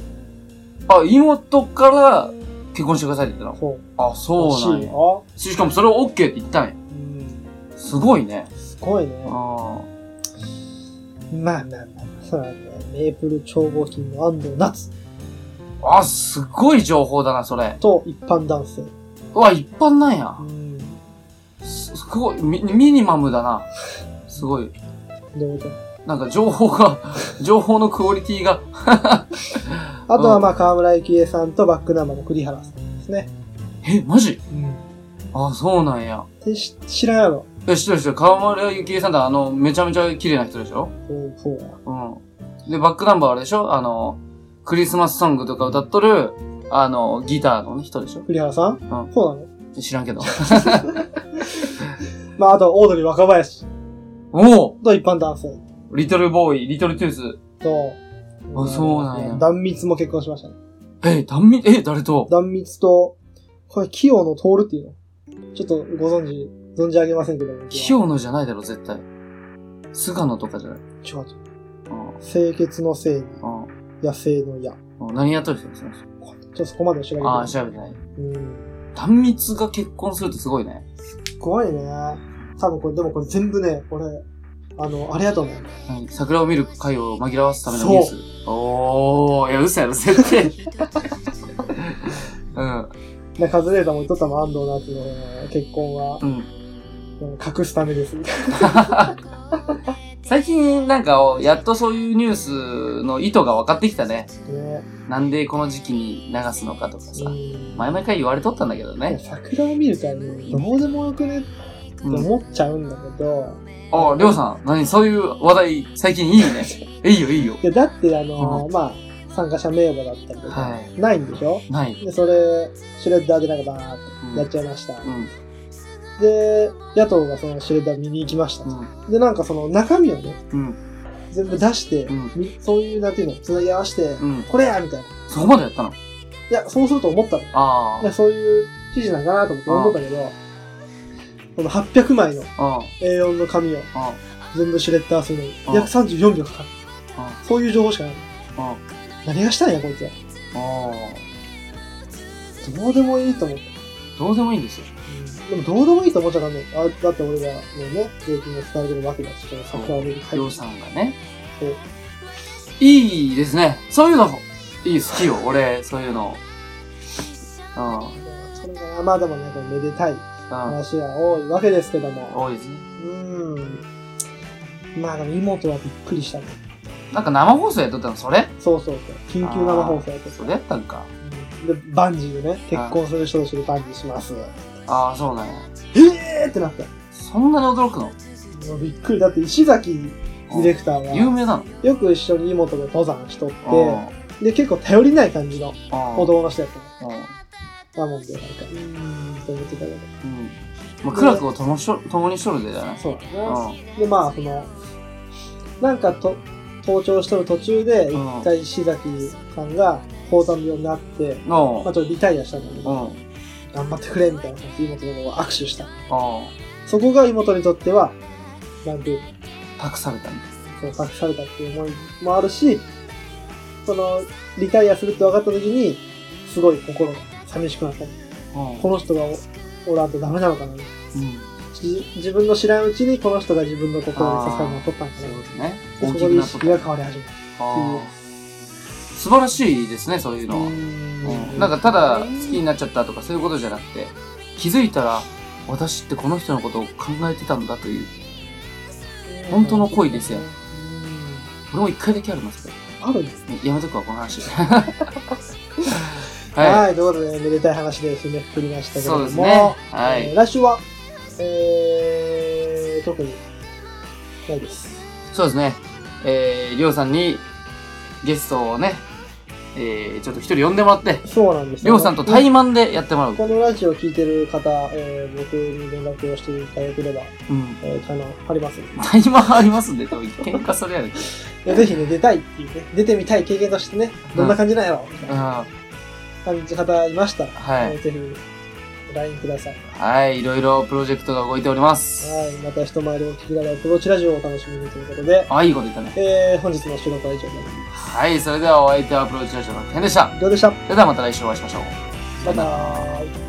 [SPEAKER 1] な。
[SPEAKER 2] ーあ、妹から結婚してくださいって言った
[SPEAKER 1] そう。
[SPEAKER 2] の。あ、そうなん
[SPEAKER 1] らしい
[SPEAKER 2] や。
[SPEAKER 1] よ。
[SPEAKER 2] ししかもそれを OK って言ったんや。
[SPEAKER 1] うん。
[SPEAKER 2] すごいね。
[SPEAKER 1] すごいね。
[SPEAKER 2] あ
[SPEAKER 1] まあまあまあ。そうだね。メープル超合金の安藤夏
[SPEAKER 2] あ。あ、すごい情報だな、それ。
[SPEAKER 1] と一般男性。
[SPEAKER 2] うわ、一般なんや
[SPEAKER 1] う。ん。
[SPEAKER 2] すすごい、ミミニマムだな。すごい。
[SPEAKER 1] どういうこと
[SPEAKER 2] なんか情報が、 *laughs* 情報のクオリティが。
[SPEAKER 1] あとはまあ、河村幸恵さんとバックナンバーの栗原さんですね。
[SPEAKER 2] え、マジ
[SPEAKER 1] うん。
[SPEAKER 2] あ、そうなんや。
[SPEAKER 1] でし知らんやろ。
[SPEAKER 2] え、知ってる知ってる。川村ゆきえさんってあの、めちゃめちゃ綺麗な人でしょ
[SPEAKER 1] うん、そうや。
[SPEAKER 2] うん。で、バックナンバーあれでしょあの、クリスマスソングとか歌っとる、あの、ギターのね人でし
[SPEAKER 1] 栗原さん
[SPEAKER 2] う
[SPEAKER 1] そうなの
[SPEAKER 2] ょ知らんけど。
[SPEAKER 1] まあ、あと、オードリー若林
[SPEAKER 2] おお
[SPEAKER 1] と一般男性
[SPEAKER 2] リトルボーイ、リトルトゥース。
[SPEAKER 1] と、
[SPEAKER 2] あそうなんや
[SPEAKER 1] 断蜜も結婚しましたね。
[SPEAKER 2] え、ダンミ、え、誰と
[SPEAKER 1] 断蜜と、これ、清野徹っていうのちょっとご存知、存じ上げませんけども。
[SPEAKER 2] 清野じゃないだろ、絶対。菅野とかじゃない。
[SPEAKER 1] 違う違う。
[SPEAKER 2] うん。
[SPEAKER 1] 清潔の性に、
[SPEAKER 2] う
[SPEAKER 1] 野生の矢。ち
[SPEAKER 2] んうん。何やっとる人ですか
[SPEAKER 1] ょっとそこまで調べて
[SPEAKER 2] ああ、調べてない。
[SPEAKER 1] うん。
[SPEAKER 2] 断蜜が結婚するってすごいね。
[SPEAKER 1] すごいね。多分これ、でもこれ全部ね、これ、あの、あれやと思う。
[SPEAKER 2] 何桜を見る会を紛らわすためのニュース。おー、いや、嘘やろ、絶対。
[SPEAKER 1] *laughs*
[SPEAKER 2] うん、
[SPEAKER 1] ね、カズレーザーも言っとったもん安藤なつの結婚は、
[SPEAKER 2] うん。
[SPEAKER 1] 隠すためです。
[SPEAKER 2] 最近、なんか、やっとそういうニュースの意図が分かってきたね。
[SPEAKER 1] ね。
[SPEAKER 2] なんでこの時期に流すのかとかさ
[SPEAKER 1] う。ん。
[SPEAKER 2] 前々から言われとったんだけど
[SPEAKER 1] いや
[SPEAKER 2] ね。
[SPEAKER 1] 桜を見るからね、どうでもよくねって
[SPEAKER 2] うん。
[SPEAKER 1] 思っちゃうんだけど、
[SPEAKER 2] あ、りょうさん、何そういう話題、最近いい
[SPEAKER 1] *laughs*
[SPEAKER 2] ね。いいよ、いいよ。
[SPEAKER 1] いやだってあのー、まあ、参加者名簿だったりとか、
[SPEAKER 2] は
[SPEAKER 1] ないんでしょ
[SPEAKER 2] ない。
[SPEAKER 1] で、それ、シュレッダーでなんかバーっ
[SPEAKER 2] うん
[SPEAKER 1] てやっちゃいました。
[SPEAKER 2] うん。
[SPEAKER 1] で、野党がそのシュレッダー見に行きました。で、なんかその中身をね、
[SPEAKER 2] うん。
[SPEAKER 1] 全部出して、
[SPEAKER 2] うん
[SPEAKER 1] みそういう、なんていうの、繋ぎ合わせて、
[SPEAKER 2] うん。うん。
[SPEAKER 1] これやみたいな。い
[SPEAKER 2] そこまでやったの
[SPEAKER 1] や、そうすると思ったの。
[SPEAKER 2] あ
[SPEAKER 1] いや、そういう記事なんかなと思って思ったけど、この800枚の
[SPEAKER 2] あ。あ
[SPEAKER 1] A4 の紙を
[SPEAKER 2] あ。
[SPEAKER 1] 全部シュレッダーするのに、
[SPEAKER 2] うん
[SPEAKER 1] 約34秒かかる
[SPEAKER 2] う。
[SPEAKER 1] そういう情報しかない。
[SPEAKER 2] ああ。
[SPEAKER 1] 何がしたんや、こいつは。
[SPEAKER 2] ああ。
[SPEAKER 1] どうでもいいと思って。
[SPEAKER 2] どうでもいいんですよ。
[SPEAKER 1] でもどうでもいいと思っちゃダメ。あだって俺がもうね、税金を使われてるわけだし、その桜を見る
[SPEAKER 2] り
[SPEAKER 1] 会
[SPEAKER 2] ょうさんがね
[SPEAKER 1] そう。
[SPEAKER 2] いいですね。そういうの、いい、好き *laughs* よ。俺、そういうの。うん。うん。
[SPEAKER 1] それが、まあでもね、こうめでたい話が多いわけですけども。
[SPEAKER 2] 多いですね。
[SPEAKER 1] うん。まあでも妹はびっくりしたね。
[SPEAKER 2] なんか生放送やっとったのそれ
[SPEAKER 1] そうそうそう。緊急生放送やって
[SPEAKER 2] それやったんか。
[SPEAKER 1] で、バンジーでね、結婚する人としてバンジーします。
[SPEAKER 2] ああ、そうなんや。
[SPEAKER 1] えーってなった。
[SPEAKER 2] そんなに驚くの
[SPEAKER 1] もうびっくり。だって石崎ディレクター
[SPEAKER 2] 有
[SPEAKER 1] は、
[SPEAKER 2] 名なの
[SPEAKER 1] よく一緒に妹と登山しとっ
[SPEAKER 2] あ
[SPEAKER 1] て、で、結構頼りない感じの
[SPEAKER 2] あ。ああ。
[SPEAKER 1] 歩道の人やったの。
[SPEAKER 2] う
[SPEAKER 1] なもんで、なんか、うーんと思ってたけど。
[SPEAKER 2] ん。まあ、苦楽をともしょ共にしとるでじゃない
[SPEAKER 1] そうだね。
[SPEAKER 2] う
[SPEAKER 1] で、まあ、その、なんかと、登頂しとる途中で、
[SPEAKER 2] うん
[SPEAKER 1] 一回石崎さんが、高山病になって、まあ、
[SPEAKER 2] おう
[SPEAKER 1] ちょっとリタイアしたんだけ
[SPEAKER 2] う
[SPEAKER 1] ど、
[SPEAKER 2] ん。おう
[SPEAKER 1] 頑張ってくれみたいな感じで妹の方が握手した。そこが妹にとっては、なんていうか
[SPEAKER 2] 託されたんです。
[SPEAKER 1] その託されたっていう思いもあるし、その、リタイアするって分かった時に、すごい心が寂しくなったり。
[SPEAKER 2] うん
[SPEAKER 1] この人がおおらんとダメなのかな。
[SPEAKER 2] うん。
[SPEAKER 1] じ自分の知らんうちにこの人が自分の心に刺さるのを取ったんじ
[SPEAKER 2] そ
[SPEAKER 1] ゃ
[SPEAKER 2] う
[SPEAKER 1] ない
[SPEAKER 2] ですね。
[SPEAKER 1] でそこで意識が変わり始めた。
[SPEAKER 2] あー素晴らしいですね、そういうのは。うんなんかただ好きになっちゃったとかそういうことじゃなくて、気づいたら、私ってこの人のことを考えてたんだという。本当の恋ですよ
[SPEAKER 1] うん
[SPEAKER 2] 俺も一回だけありますけ
[SPEAKER 1] あるんですね。
[SPEAKER 2] ど。やめとくわ、この話。 *laughs* は
[SPEAKER 1] はい、ということで、めでたい話で締めくくりました
[SPEAKER 2] い。
[SPEAKER 1] けれど
[SPEAKER 2] そう
[SPEAKER 1] も、
[SPEAKER 2] ですね。は
[SPEAKER 1] えー
[SPEAKER 2] い。
[SPEAKER 1] 来週は、えー、特に、ないです。
[SPEAKER 2] そうですね。えー、りょうさんにゲストをね、えー、ちょっと一人呼んでもらって、
[SPEAKER 1] そうなんです
[SPEAKER 2] り
[SPEAKER 1] よ
[SPEAKER 2] ょうさんと対マンでやってもらう。
[SPEAKER 1] このラジオを聞いてる方、えー、僕に連絡をしていただければ、
[SPEAKER 2] うん。
[SPEAKER 1] えー、可能ありますので
[SPEAKER 2] 対マンありますんで、多分喧嘩それやる。
[SPEAKER 1] いやぜひね、出たいっていうね、出てみたい経験としてね、どんな感じなんやろ、みたい
[SPEAKER 2] うん。
[SPEAKER 1] な
[SPEAKER 2] は
[SPEAKER 1] 感じの方いましたら、え
[SPEAKER 2] い。
[SPEAKER 1] ーぜひ、LINE ください。
[SPEAKER 2] はい、いろいろプロジェクトが動いております。
[SPEAKER 1] はい、また人前でお聞きながら、プロチラジオをお楽しみにということで、
[SPEAKER 2] あ、いいこと言ったね。
[SPEAKER 1] えー、本日の収録は以上になります。
[SPEAKER 2] はい、それではお相手はアプローチラジオの天でした。
[SPEAKER 1] どうでした
[SPEAKER 2] それではまた来週お会いしましょう。
[SPEAKER 1] バイバーイ。